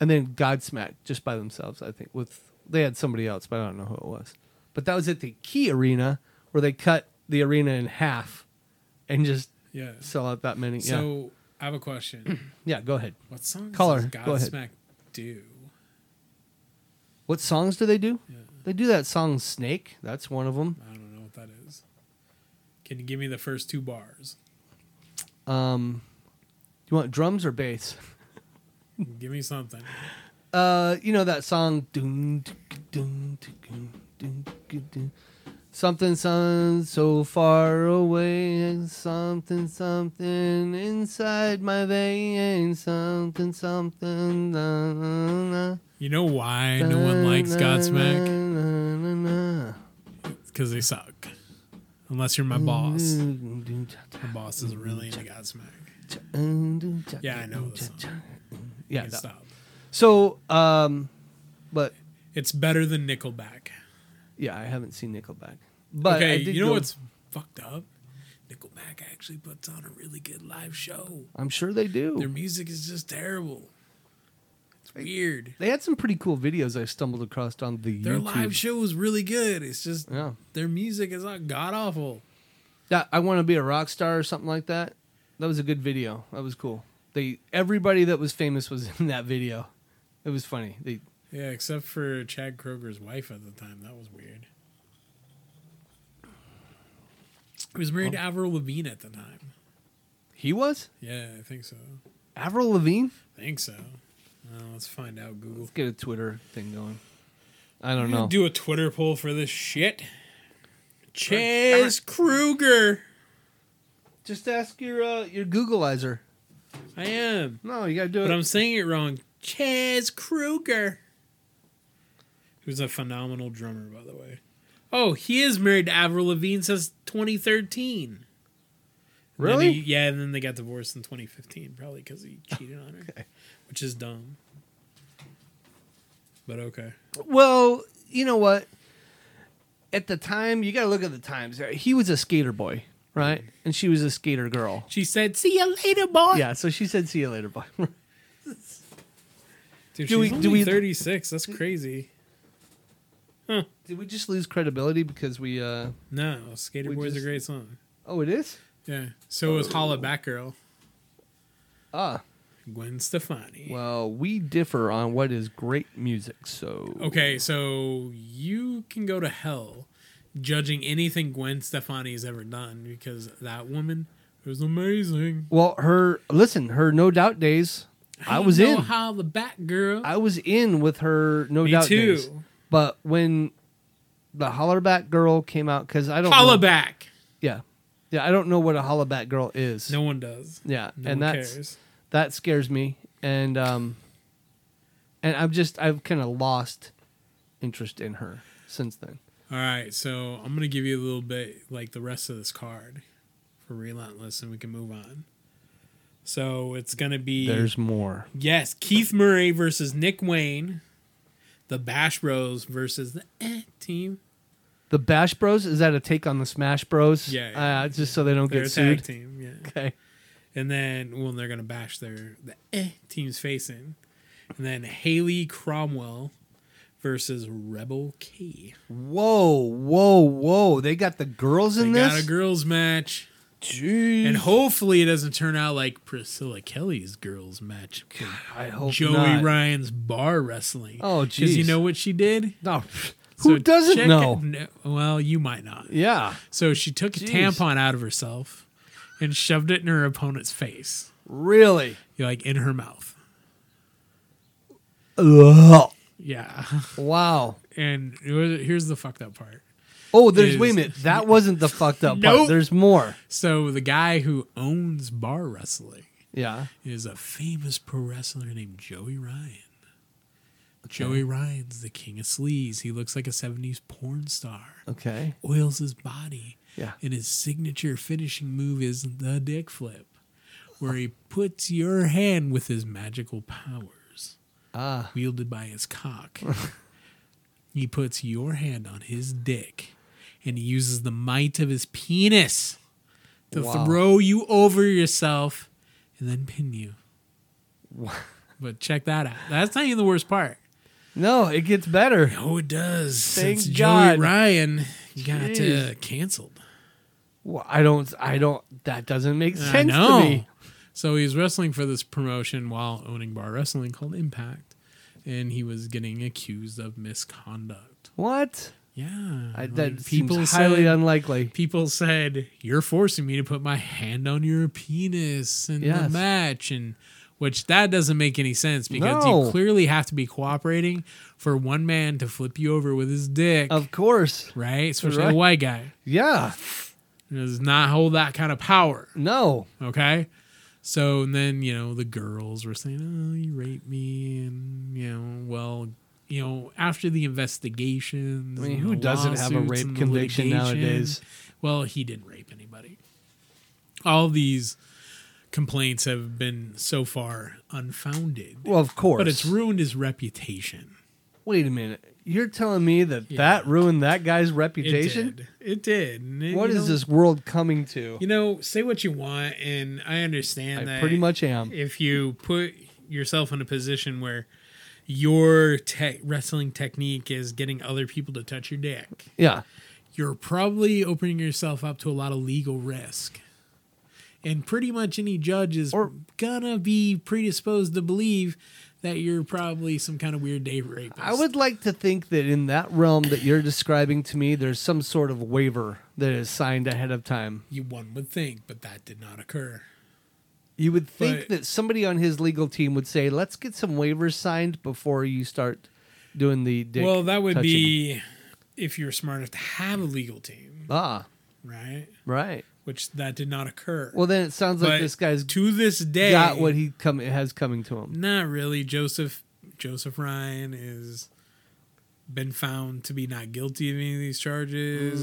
Speaker 2: and then Godsmack just by themselves, I think. With they had somebody else, but I don't know who it was. But that was at the Key Arena where they cut the arena in half and just
Speaker 3: Yeah.
Speaker 2: sell out that many. yeah.
Speaker 3: So I have
Speaker 2: (clears throat)
Speaker 3: a question.
Speaker 2: Yeah, go ahead.
Speaker 3: What song
Speaker 2: Caller,
Speaker 3: does
Speaker 2: go ahead.
Speaker 3: Godsmack do?
Speaker 2: What songs do they do? They do that song Snake. That's one of them.
Speaker 3: I don't know what that is. Can you give me the first two bars?
Speaker 2: Um you want drums or bass?
Speaker 3: Give me something.
Speaker 2: Uh, you know that song doom, tuk, doom, tuk, doom, doom, tuk, doom. Something sun so far away and something something inside my veins something something na, na, na,
Speaker 3: You know why no one
Speaker 2: na,
Speaker 3: likes
Speaker 2: na,
Speaker 3: Godsmack?
Speaker 2: na, na, na, na.
Speaker 3: Because they suck. Unless you're my
Speaker 2: Mm.
Speaker 3: boss.
Speaker 2: Doom, doom, cha, cha,
Speaker 3: My boss is really into Godsmack.
Speaker 2: cha, um, doom, cha,
Speaker 3: Yeah, I know
Speaker 2: doom,
Speaker 3: the
Speaker 2: cha,
Speaker 3: song.
Speaker 2: cha, um, Yeah,
Speaker 3: Can't
Speaker 2: that-
Speaker 3: stop.
Speaker 2: so um, but
Speaker 3: It's better than Nickelback.
Speaker 2: yeah, I haven't seen Nickelback. But I
Speaker 3: okay,
Speaker 2: did
Speaker 3: you know
Speaker 2: go-
Speaker 3: what's fucked up? Nickelback actually puts on a really good live show.
Speaker 2: I'm sure they do.
Speaker 3: Their music is just terrible. It's weird.
Speaker 2: They had some pretty cool videos I stumbled across on the
Speaker 3: Their
Speaker 2: YouTube.
Speaker 3: live show is really good. It's just
Speaker 2: yeah.
Speaker 3: their music is not god awful.
Speaker 2: That I want to be a rock star or something like that. That was a good video. That was cool. They everybody that was famous was (laughs) in that video. It was funny. They
Speaker 3: Yeah, except for Chad Kroger's wife at the time. That was weird. He was married to Avril Lavigne at the time.
Speaker 2: he was
Speaker 3: Yeah, I think so.
Speaker 2: Avril Lavigne.
Speaker 3: I think so. Well, let's find out, Google.
Speaker 2: Let's get a Twitter thing going. I don't
Speaker 3: I'm gonna
Speaker 2: know.
Speaker 3: do a Twitter poll for this shit. Chaz Kruger.
Speaker 2: Just ask your uh, your Googleizer.
Speaker 3: I am.
Speaker 2: No, you gotta do
Speaker 3: But
Speaker 2: it.
Speaker 3: I'm saying it wrong. Chaz Kruger. Who's a phenomenal drummer, by the way. Oh, he is married to Avril Lavigne since 2013. And then
Speaker 2: Really?
Speaker 3: he- yeah, and then they got divorced in 2015, probably because he cheated on her, which is dumb. But okay.
Speaker 2: well, you know what? At the time, you gotta look at the times. He was a skater boy, right?
Speaker 3: Mm.
Speaker 2: And she was a skater girl.
Speaker 3: She said, "See you later, boy."
Speaker 2: Yeah, so she said, "See you later, (laughs) bye."
Speaker 3: Dude,
Speaker 2: Do
Speaker 3: she's
Speaker 2: we-
Speaker 3: only
Speaker 2: do we-
Speaker 3: 36. That's crazy.
Speaker 2: Did we just lose credibility because we? uh
Speaker 3: No, Skater
Speaker 2: We
Speaker 3: Boy's
Speaker 2: just-
Speaker 3: a great song.
Speaker 2: Oh, it is.
Speaker 3: Yeah. So was Holla Batgirl,
Speaker 2: Ah,
Speaker 3: Gwen Stefani.
Speaker 2: well, we differ on what is great music. So
Speaker 3: Okay, so you can go to hell judging anything Gwen Stefani's ever done because that woman was amazing.
Speaker 2: Well, her listen, her No Doubt days. I was
Speaker 3: know
Speaker 2: in.
Speaker 3: How the Batgirl.
Speaker 2: I was in with her No
Speaker 3: Me
Speaker 2: Doubt
Speaker 3: too.
Speaker 2: days. But when the Hollerback girl came out, because I don't
Speaker 3: Holla
Speaker 2: know,
Speaker 3: back.
Speaker 2: Yeah, yeah, I don't know what a Hollerback girl is.
Speaker 3: No one does.
Speaker 2: Yeah,
Speaker 3: No
Speaker 2: and
Speaker 3: one
Speaker 2: that's
Speaker 3: cares.
Speaker 2: that scares me, and um, and I'm just I've kind of lost interest in her since then.
Speaker 3: All right, so I'm gonna give you a little bit like the rest of this card for Relentless, and we can move on. So it's gonna be
Speaker 2: There's more.
Speaker 3: yes, Keith Murray versus Nick Wayne, the Bash Bros versus the eh, team.
Speaker 2: The Bash Bros is that a take on the Smash Bros?
Speaker 3: Yeah, yeah,
Speaker 2: uh, just so they don't
Speaker 3: They're
Speaker 2: get
Speaker 3: a
Speaker 2: sued.
Speaker 3: tag team, yeah.
Speaker 2: (laughs) Okay.
Speaker 3: And then well, they're gonna bash their the eh, team's face in, and then Haley Cromwell versus Rebel Key.
Speaker 2: Whoa, whoa, whoa! They got the girls
Speaker 3: They
Speaker 2: in
Speaker 3: got
Speaker 2: this.
Speaker 3: a girls match.
Speaker 2: Jeez.
Speaker 3: And hopefully it doesn't turn out like Priscilla Kelly's girls match. with
Speaker 2: I hope
Speaker 3: Joey
Speaker 2: not.
Speaker 3: Ryan's bar wrestling.
Speaker 2: Oh,
Speaker 3: Because you
Speaker 2: jeez.
Speaker 3: know what she did? (laughs)
Speaker 2: No, who
Speaker 3: So
Speaker 2: doesn't
Speaker 3: check-
Speaker 2: know?
Speaker 3: no- Well, you might not.
Speaker 2: Yeah.
Speaker 3: So she took
Speaker 2: Jeez.
Speaker 3: a tampon out of herself and shoved it in her opponent's face,
Speaker 2: Really.
Speaker 3: like in her mouth.
Speaker 2: Ugh.
Speaker 3: Yeah. (laughs)
Speaker 2: Wow.
Speaker 3: And it was- here's the fucked up part.
Speaker 2: Oh, there's
Speaker 3: Is-
Speaker 2: wait a minute. That wasn't the fucked up part.
Speaker 3: Nope.
Speaker 2: There's more.
Speaker 3: So the guy who owns bar wrestling
Speaker 2: Yeah.
Speaker 3: is a famous pro wrestler named Joey Ryan. Joey Ryan's the king of sleaze. He looks like a 70s porn star.
Speaker 2: Okay.
Speaker 3: Oils his body.
Speaker 2: Yeah.
Speaker 3: And his signature finishing move is the dick flip, where he puts your hand with his magical powers,
Speaker 2: Ah.
Speaker 3: wielded by
Speaker 2: (laughs)
Speaker 3: his cock. he puts your hand on his dick and he uses the might of his penis to
Speaker 2: Wow.
Speaker 3: throw you over yourself and then pin you. But check that out. That's not even the worst part.
Speaker 2: No, it gets better.
Speaker 3: Oh, it does.
Speaker 2: Thank
Speaker 3: Since
Speaker 2: God.
Speaker 3: Joey Ryan got
Speaker 2: Jeez.
Speaker 3: uh, canceled.
Speaker 2: Well, I don't. I don't. That doesn't make
Speaker 3: I
Speaker 2: sense to
Speaker 3: know.
Speaker 2: me.
Speaker 3: So he was wrestling for this promotion while owning Bar Wrestling called Impact, and he was getting accused of misconduct.
Speaker 2: What?
Speaker 3: Yeah,
Speaker 2: I,
Speaker 3: like,
Speaker 2: that seems highly
Speaker 3: said,
Speaker 2: unlikely.
Speaker 3: people said you're forcing me to put my hand on your penis in the
Speaker 2: Yes.
Speaker 3: match, and which that doesn't make any sense because
Speaker 2: No.
Speaker 3: you clearly have to be cooperating for one man to flip you over with his dick,
Speaker 2: Of course.
Speaker 3: right? Especially
Speaker 2: Right.
Speaker 3: a white guy
Speaker 2: Yeah.
Speaker 3: He does not hold that kind of power.
Speaker 2: No.
Speaker 3: Okay. So and then, you know, the girls were saying, Oh, you raped me and you know, well, you know, after the investigations.
Speaker 2: I mean,
Speaker 3: and
Speaker 2: who
Speaker 3: the
Speaker 2: doesn't have a
Speaker 3: lawsuits
Speaker 2: rape
Speaker 3: and the
Speaker 2: conviction
Speaker 3: litigation-
Speaker 2: nowadays?
Speaker 3: Well, he didn't rape anybody. All these complaints have been so far unfounded.
Speaker 2: Well, of course.
Speaker 3: but it's ruined his reputation.
Speaker 2: Wait a minute. You're telling me that
Speaker 3: Yeah.
Speaker 2: that ruined that guy's
Speaker 3: It
Speaker 2: reputation?
Speaker 3: did. It did. And it-
Speaker 2: What
Speaker 3: you
Speaker 2: is
Speaker 3: know-
Speaker 2: this world coming to?
Speaker 3: You know, say what you want, and I understand
Speaker 2: I
Speaker 3: that
Speaker 2: pretty much am.
Speaker 3: if you put yourself in a position where your te- wrestling technique is getting other people to touch your dick,
Speaker 2: Yeah.
Speaker 3: you're probably opening yourself up to a lot of legal risk. And pretty much any judge is
Speaker 2: Or-
Speaker 3: gonna be predisposed to believe that you're probably some kind of weird date rapist.
Speaker 2: I would like to think that in that realm that you're describing to me, there's some sort of waiver that is signed ahead of time.
Speaker 3: you one would think, but that did not occur.
Speaker 2: You would think
Speaker 3: But-
Speaker 2: that somebody on his legal team would say, "Let's get some waivers signed before you start doing the dick."
Speaker 3: well, that would
Speaker 2: touching."
Speaker 3: be if you're smart enough to have a legal team,
Speaker 2: ah
Speaker 3: right?
Speaker 2: right.
Speaker 3: Which that did not occur.
Speaker 2: Well, then it sounds like
Speaker 3: But
Speaker 2: this guy's
Speaker 3: to this day
Speaker 2: got what he come has coming to him.
Speaker 3: not really joseph joseph ryan is been found to be not guilty of any of these charges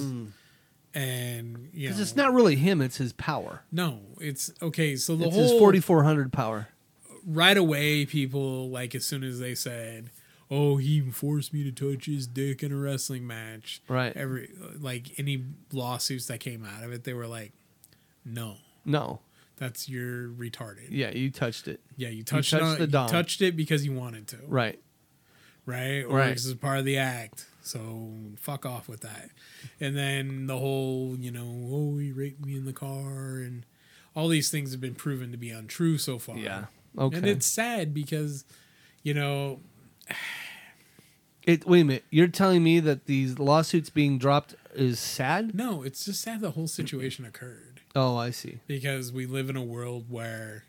Speaker 3: and you know
Speaker 2: Because Hmm. it's not really him; it's his power.
Speaker 3: no it's okay so the
Speaker 2: It's
Speaker 3: whole
Speaker 2: his 4400 power.
Speaker 3: right away people like as soon as they said oh he forced me to touch his dick in a wrestling match
Speaker 2: Right.
Speaker 3: every like any lawsuits that came out of it they were like no
Speaker 2: No,
Speaker 3: that's you're retarded yeah,
Speaker 2: yeah, you touched it.
Speaker 3: you touched,
Speaker 2: touched
Speaker 3: on,
Speaker 2: the
Speaker 3: you
Speaker 2: dom.
Speaker 3: touched it because you wanted to
Speaker 2: Right.
Speaker 3: right? Or
Speaker 2: Right.
Speaker 3: this is part of the act. So fuck off with that. And then the whole, you know, oh, he raped me in the car, and all these things have been proven to be untrue so far.
Speaker 2: Yeah. Okay.
Speaker 3: And it's sad because, you know,
Speaker 2: It, wait a minute. You're telling me that these lawsuits being dropped is sad?
Speaker 3: no, it's just sad the whole situation occurred
Speaker 2: Oh, I see.
Speaker 3: because we live in a world where.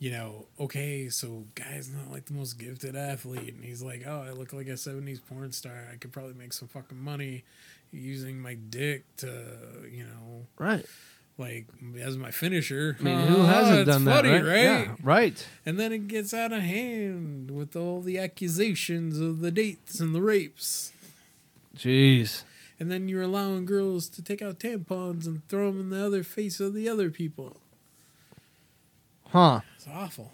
Speaker 3: You know, okay, so guy's not like the most gifted athlete, and he's like, "Oh, I look like a '70s porn star. I could probably make some fucking money using my dick to, you know,
Speaker 2: Right.
Speaker 3: like as my finisher. Ah,
Speaker 2: I mean, who hasn't done that? Right. Yeah, right.
Speaker 3: And then it gets out of hand with all the accusations of the dates and the rapes.
Speaker 2: Jeez.
Speaker 3: And then you're allowing girls to take out tampons and throw them in the other face of the other people.
Speaker 2: Huh.
Speaker 3: It's awful.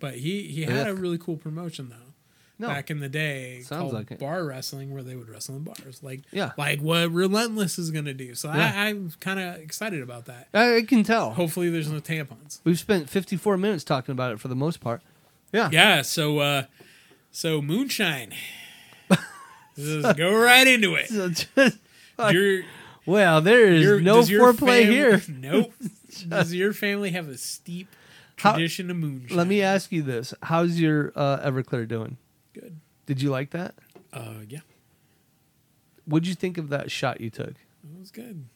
Speaker 3: But he he had a
Speaker 2: Ugh.
Speaker 3: really cool promotion though.
Speaker 2: No.
Speaker 3: Back in the day,
Speaker 2: Sounds
Speaker 3: called
Speaker 2: like it.
Speaker 3: bar wrestling, where they would wrestle in bars, like
Speaker 2: Yeah.
Speaker 3: like what Relentless is gonna do. So
Speaker 2: Yeah.
Speaker 3: I, I'm kind of excited about that.
Speaker 2: I, I can tell.
Speaker 3: Hopefully, there's no tampons.
Speaker 2: We've spent 54 minutes talking about it for the most part. Yeah.
Speaker 3: yeah so uh so moonshine Just go right into it
Speaker 2: So just-
Speaker 3: your,
Speaker 2: (laughs) well, there is
Speaker 3: your,
Speaker 2: no
Speaker 3: does your
Speaker 2: foreplay
Speaker 3: fam-
Speaker 2: here.
Speaker 3: (laughs) nope does your family have a steep
Speaker 2: How-
Speaker 3: tradition of moonshine
Speaker 2: Let me ask you this: How's your uh, Everclear doing?
Speaker 3: good
Speaker 2: Did you like that?
Speaker 3: uh yeah
Speaker 2: What'd you think of that shot you took?
Speaker 3: it was good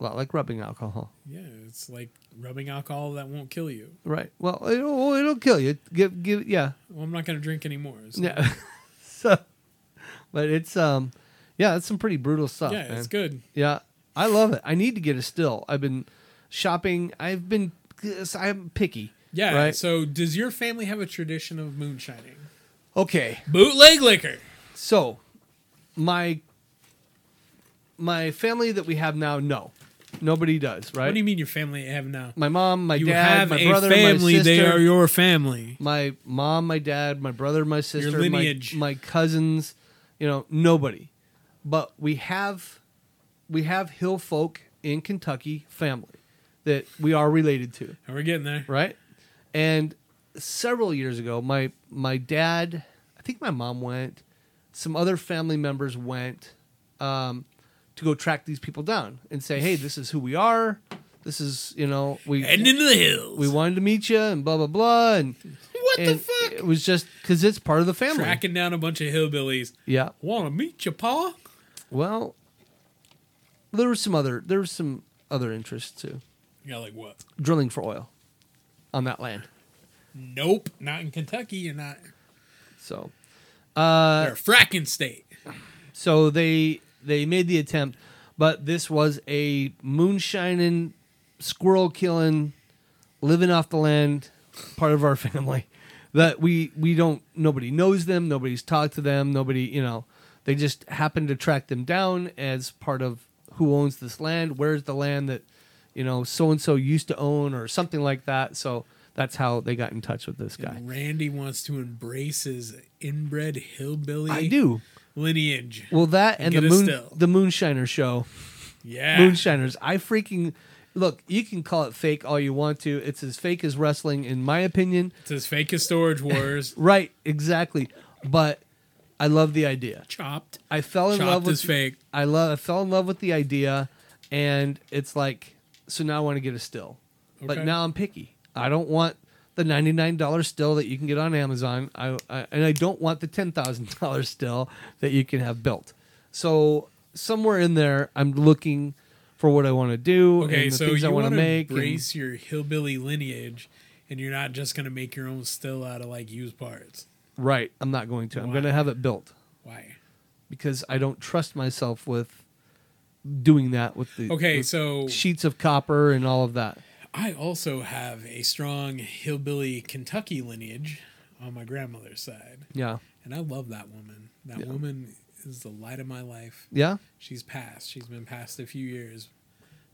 Speaker 2: A lot like rubbing alcohol.
Speaker 3: yeah it's like rubbing alcohol that won't kill you
Speaker 2: Right. Well, it'll it'll kill you. Give give yeah
Speaker 3: well i'm not gonna drink anymore so-
Speaker 2: yeah. (laughs) so, but it's um, yeah, that's some pretty brutal stuff.
Speaker 3: yeah
Speaker 2: man.
Speaker 3: it's good
Speaker 2: Yeah, I love it. I need to get a still. I've been shopping. I've been. 'cause I'm picky.
Speaker 3: yeah
Speaker 2: Right.
Speaker 3: so does your family have a tradition of moonshining
Speaker 2: Okay.
Speaker 3: Bootleg liquor.
Speaker 2: So, my my family that we have now, no, nobody does, right?
Speaker 3: What do you mean your family have now?
Speaker 2: my mom, my
Speaker 3: you
Speaker 2: dad,
Speaker 3: have
Speaker 2: my
Speaker 3: a
Speaker 2: brother,
Speaker 3: family.
Speaker 2: my sister,
Speaker 3: They are your family.
Speaker 2: my mom, my dad, my brother, my sister,
Speaker 3: lineage.
Speaker 2: my my cousins, you know, nobody. But we have we have hill folk in Kentucky family that we are related to
Speaker 3: And Oh, we're getting there.
Speaker 2: right? And several years ago, my my dad, I think my mom went, some other family members went um, to go track these people down and say, "Hey, this is who we are. This is you know we
Speaker 3: And into the hills.
Speaker 2: we wanted to meet you and blah blah blah." And
Speaker 3: what the
Speaker 2: and
Speaker 3: fuck?
Speaker 2: It was just because it's part of the family.
Speaker 3: Tracking down a bunch of hillbillies.
Speaker 2: Yeah.
Speaker 3: Want to meet you, Pa?
Speaker 2: Well, there was some other there was some other interests too.
Speaker 3: Yeah, like what?
Speaker 2: Drilling for oil on that land.
Speaker 3: Nope. Not in Kentucky. You're not.
Speaker 2: So Uh,
Speaker 3: They're a fracking state.
Speaker 2: So they they made the attempt, but this was a moonshining, squirrel killing, living off the land part of our (laughs) family that we we don't nobody knows them, nobody's talked to them, nobody you know they just happen to track them down as part of who owns this land, where's the land that you know so and so used to own or something like that. So that's how they got in touch with this guy.
Speaker 3: Randy wants to embrace his inbred hillbilly
Speaker 2: I do.
Speaker 3: lineage.
Speaker 2: Well, that and
Speaker 3: Get
Speaker 2: the
Speaker 3: a
Speaker 2: moon,
Speaker 3: still.
Speaker 2: the moonshiner show.
Speaker 3: Yeah.
Speaker 2: moonshiners. I freaking look. You can call it fake all you want to. It's as fake as wrestling, in my opinion.
Speaker 3: It's as fake as Storage Wars. (laughs)
Speaker 2: Right? Exactly. But I love the idea.
Speaker 3: Chopped.
Speaker 2: I fell in
Speaker 3: Chopped
Speaker 2: love with
Speaker 3: is fake.
Speaker 2: I love. I fell in love with the idea, and it's like so now I want to get a still, but
Speaker 3: Okay.
Speaker 2: now I'm picky. I don't want the ninety nine dollar still that you can get on Amazon. I, I and I don't want the ten thousand dollar still that you can have built. So somewhere in there, I'm looking for what I want to do
Speaker 3: Okay,
Speaker 2: and the
Speaker 3: so
Speaker 2: things
Speaker 3: you
Speaker 2: I want to make. and-
Speaker 3: embrace your hillbilly lineage, and you're not just gonna make your own still out of like used parts.
Speaker 2: right, I'm not going to. I'm going to have it built
Speaker 3: Why?
Speaker 2: because I don't trust myself with doing that with the
Speaker 3: Okay,
Speaker 2: with
Speaker 3: so
Speaker 2: sheets of copper and all of that.
Speaker 3: I also have a strong hillbilly Kentucky lineage on my grandmother's side,
Speaker 2: Yeah.
Speaker 3: and I love that woman. That woman is the light of my life.
Speaker 2: Yeah.
Speaker 3: She's passed. She's been passed a few years,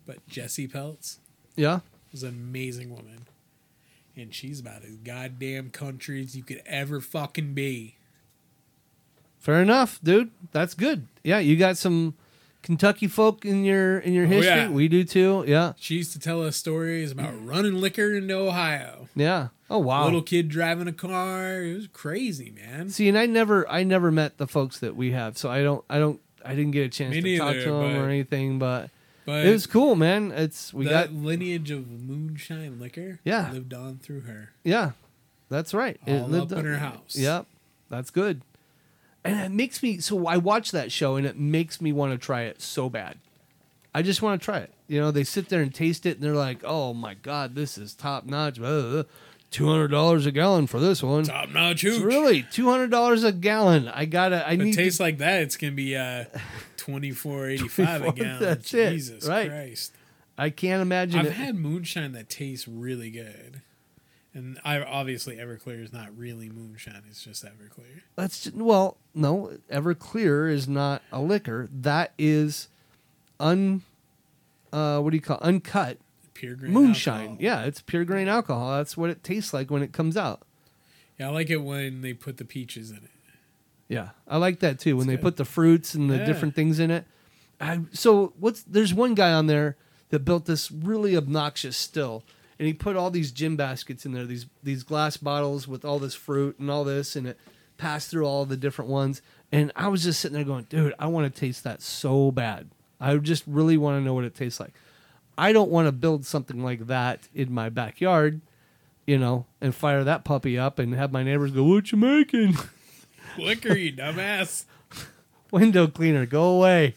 Speaker 3: but Jessie Peltz
Speaker 2: Yeah.
Speaker 3: was an amazing woman, and she's about as goddamn country as you could ever fucking be.
Speaker 2: Fair enough, dude. That's good. Yeah, you got some Kentucky folk in your in your history.
Speaker 3: Oh, yeah.
Speaker 2: We do too. Yeah.
Speaker 3: She used to tell us stories about running liquor into Ohio.
Speaker 2: Yeah. Oh Mm. wow.
Speaker 3: Little kid driving a car. It was crazy, man.
Speaker 2: See, and I never I never met the folks that we have, so I don't I don't I didn't get a chance
Speaker 3: Me
Speaker 2: to talk to
Speaker 3: neither,
Speaker 2: them or
Speaker 3: but-
Speaker 2: anything, but
Speaker 3: But
Speaker 2: it was cool, man. It's we
Speaker 3: that
Speaker 2: got
Speaker 3: lineage of moonshine liquor
Speaker 2: Yeah.
Speaker 3: lived on through her.
Speaker 2: yeah. That's right. It
Speaker 3: All
Speaker 2: lived
Speaker 3: up in
Speaker 2: up-
Speaker 3: her house.
Speaker 2: Yep. That's good. And it makes me so I watch that show and it makes me want to try it so bad. I just want to try it. You know, they sit there and taste it and they're like, "Oh my god, this is top notch." Two hundred dollars a gallon for this one.
Speaker 3: Top notch hooch.
Speaker 2: Really, two hundred dollars a gallon. I gotta. I
Speaker 3: If
Speaker 2: need.
Speaker 3: it
Speaker 2: to-
Speaker 3: tastes like that, it's gonna
Speaker 2: (laughs)
Speaker 3: be uh twenty four eighty five
Speaker 2: 24,
Speaker 3: a gallon.
Speaker 2: that's it,
Speaker 3: Jesus
Speaker 2: right.
Speaker 3: Christ.
Speaker 2: I can't imagine.
Speaker 3: I've
Speaker 2: it.
Speaker 3: had moonshine that tastes really good. And I obviously Everclear is not really moonshine, it's just Everclear.
Speaker 2: That's ju- well, no. Everclear is not a liquor. That is, un. Uh, what do you call uncut?
Speaker 3: Pure green.
Speaker 2: moonshine.
Speaker 3: alcohol.
Speaker 2: Yeah, it's pure grain alcohol. That's what it tastes like when it comes out.
Speaker 3: Yeah, I like it when they put the peaches in it.
Speaker 2: Yeah, I like that too. When they
Speaker 3: good.
Speaker 2: put the fruits and the
Speaker 3: Yeah.
Speaker 2: different things in it. I, so what's there's one guy on there that built this really obnoxious still, and he put all these gin baskets in there, these these glass bottles with all this fruit and all this, and it passed through all the different ones. And I was just sitting there going, dude, I want to taste that so bad. I just really want to know what it tastes like. I don't want to build something like that in my backyard, you know, and fire that puppy up and have my neighbors go, "What you making?"
Speaker 3: Liquor, you dumbass.
Speaker 2: window cleaner, go away.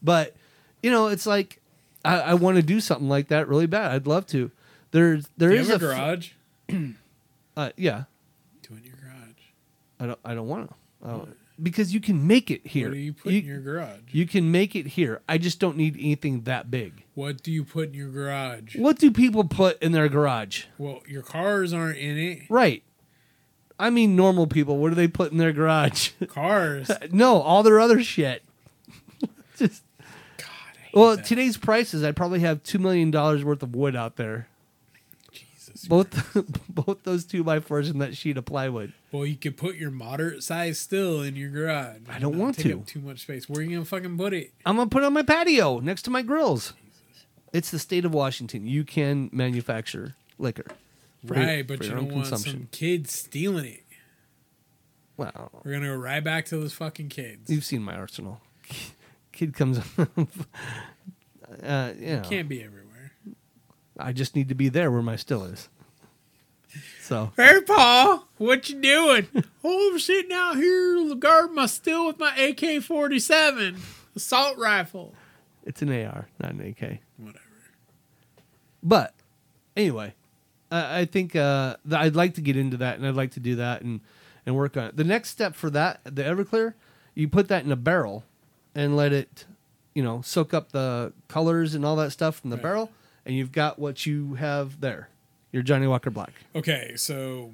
Speaker 2: But you know, it's like I, I want to do something like that really bad. I'd love to. There's (laughs) there
Speaker 3: Do you
Speaker 2: is
Speaker 3: have a
Speaker 2: f-
Speaker 3: garage?
Speaker 2: uh, yeah,
Speaker 3: Do it in your garage.
Speaker 2: I don't I don't want to because you can make it here.
Speaker 3: What do you put in your garage?
Speaker 2: you can make it here. I just don't need anything that big.
Speaker 3: What do you put in your garage?
Speaker 2: What do people put in their garage?
Speaker 3: Well, your cars aren't in it.
Speaker 2: Right. I mean normal people. What do they put in their garage? (laughs)
Speaker 3: Cars. (laughs) God,
Speaker 2: no, all their other shit. Just
Speaker 3: I hate
Speaker 2: well,
Speaker 3: that.
Speaker 2: today's prices, I probably have two million dollars worth of wood out there.
Speaker 3: Jesus.
Speaker 2: Both (laughs) both those two by fours and that sheet of plywood.
Speaker 3: Well, you could put your moderate size still in your garage.
Speaker 2: I don't want
Speaker 3: take
Speaker 2: to.
Speaker 3: Up too much space. Where are you gonna fucking put it?
Speaker 2: I'm gonna put it on my patio next to my grills. It's the state of Washington. You can manufacture liquor. for your-
Speaker 3: Right,
Speaker 2: for
Speaker 3: but you
Speaker 2: your own
Speaker 3: don't want some kids stealing it.
Speaker 2: Wow,
Speaker 3: We're gonna go right back to those fucking kids.
Speaker 2: you've seen my arsenal. (laughs) Kid comes, (laughs) uh, you know,
Speaker 3: Can't be everywhere.
Speaker 2: I just need to be there where my still is. So
Speaker 3: Hey, Paul, what you
Speaker 2: (laughs)
Speaker 3: doing? oh, I'm sitting out here guarding my still with my AK-47 assault rifle.
Speaker 2: it's an AR, not an AK.
Speaker 3: Whatever.
Speaker 2: But anyway, I, I think uh, that I'd like to get into that, and I'd like to do that, and and work on it. The next step for that, the Everclear, you put that in a barrel, and let it, you know, soak up the colors and all that stuff from the
Speaker 3: Right.
Speaker 2: barrel, and you've got what you have there. Your Johnny Walker Black.
Speaker 3: Okay, so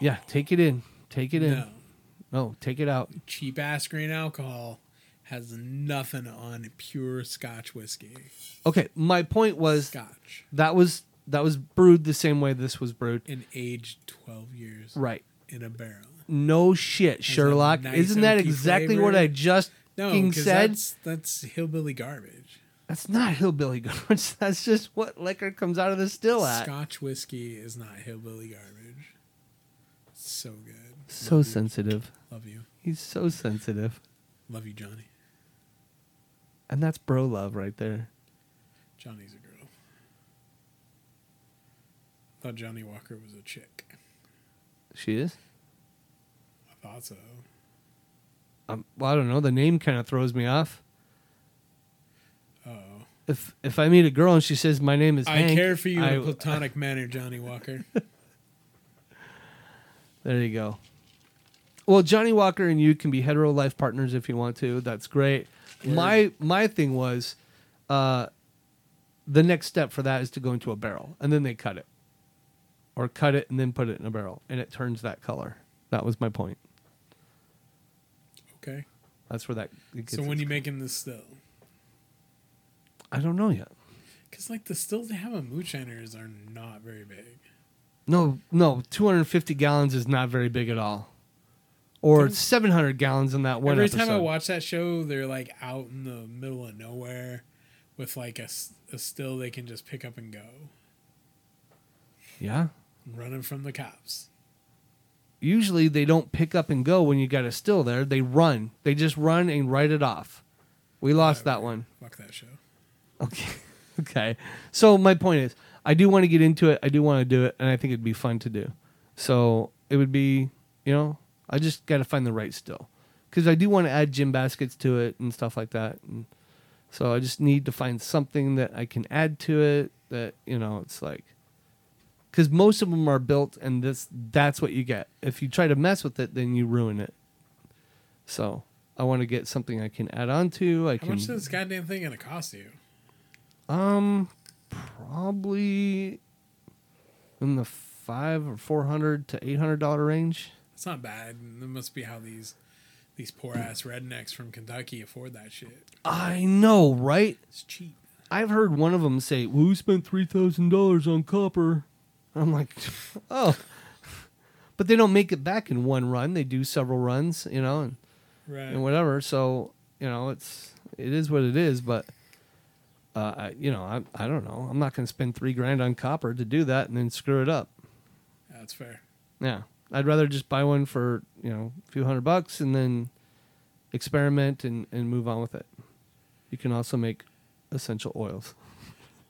Speaker 2: Yeah, take it in, take it in.
Speaker 3: no,
Speaker 2: no take it out.
Speaker 3: cheap ass grain alcohol has nothing on pure Scotch whiskey.
Speaker 2: Okay, my point was
Speaker 3: Scotch
Speaker 2: that was that was brewed the same way this was brewed.
Speaker 3: and aged 12 years
Speaker 2: Right.
Speaker 3: in a barrel.
Speaker 2: No shit, Sherlock.
Speaker 3: nice
Speaker 2: Isn't that
Speaker 3: oaky
Speaker 2: exactly
Speaker 3: flavor.
Speaker 2: what I just
Speaker 3: No,
Speaker 2: fucking
Speaker 3: 'cause
Speaker 2: said?
Speaker 3: that's that's hillbilly garbage.
Speaker 2: That's not hillbilly garbage. (laughs) That's just what liquor comes out of the still at.
Speaker 3: Scotch whiskey is not hillbilly garbage. So good.
Speaker 2: So sensitive.
Speaker 3: Love you.
Speaker 2: He's so sensitive.
Speaker 3: Love you, Johnny.
Speaker 2: And that's bro love right there.
Speaker 3: Johnny's a girl. Thought Johnny Walker was a chick.
Speaker 2: She is?
Speaker 3: I thought so.
Speaker 2: Um, well, I don't know. The name kind of throws me off.
Speaker 3: Oh,
Speaker 2: If if I meet a girl and she says my name is
Speaker 3: I
Speaker 2: Hank,
Speaker 3: care for you in
Speaker 2: I- (laughs)
Speaker 3: a platonic manner, Johnny Walker.
Speaker 2: there you go. Well, Johnny Walker and you can be hetero life partners if you want to. That's great.
Speaker 3: Word.
Speaker 2: My my thing was, uh, the next step for that is to go into a barrel and then they cut it, or cut it and then put it in a barrel and it turns that color. That was my point.
Speaker 3: Okay.
Speaker 2: That's where that. It gets
Speaker 3: So when
Speaker 2: its-
Speaker 3: you making this still?
Speaker 2: I don't know yet.
Speaker 3: Because like the stills they have on moonshiners are not very big.
Speaker 2: No, no, 250 gallons is not very big at all, or
Speaker 3: Dude.
Speaker 2: 700 gallons in that one
Speaker 3: Every
Speaker 2: episode.
Speaker 3: time I watch that show, they're like out in the middle of nowhere with like a, s- a still they can just pick up and go,
Speaker 2: yeah.
Speaker 3: running from the cops.
Speaker 2: Usually they don't pick up and go when you got a still there. They run. They just run and write it off. We lost that one.
Speaker 3: Fuck that show.
Speaker 2: Okay. (laughs) Okay. So my point is, I do want to get into it. I do want to do it, and I think it'd be fun to do. So it would be, you know, I just got to find the right still, because I do want to add gym baskets to it and stuff like that. And so I just need to find something that I can add to it that you know it's like, because most of them are built, and this that's what you get. If you try to mess with it, then you ruin it. So I want to get something I can add on to. I
Speaker 3: How
Speaker 2: can.
Speaker 3: much is this goddamn thing gonna cost you?
Speaker 2: Um, probably in the five or four hundred to eight hundred dollar range.
Speaker 3: It's not bad. That must be how these these poor ass rednecks from Kentucky afford that shit.
Speaker 2: I know, right?
Speaker 3: It's cheap.
Speaker 2: I've heard one of them say, "Well, we spent three thousand dollars on copper." I'm like, (laughs) oh, but they don't make it back in one run. They do several runs, you know, and,
Speaker 3: Right.
Speaker 2: and whatever. So you know, it's it is what it is. But uh, I, you know, I I don't know. I'm not going to spend three grand on copper to do that and then screw it up.
Speaker 3: That's fair.
Speaker 2: Yeah. I'd rather just buy one for, you know, a few hundred bucks and then experiment and, and move on with it. You can also make essential oils.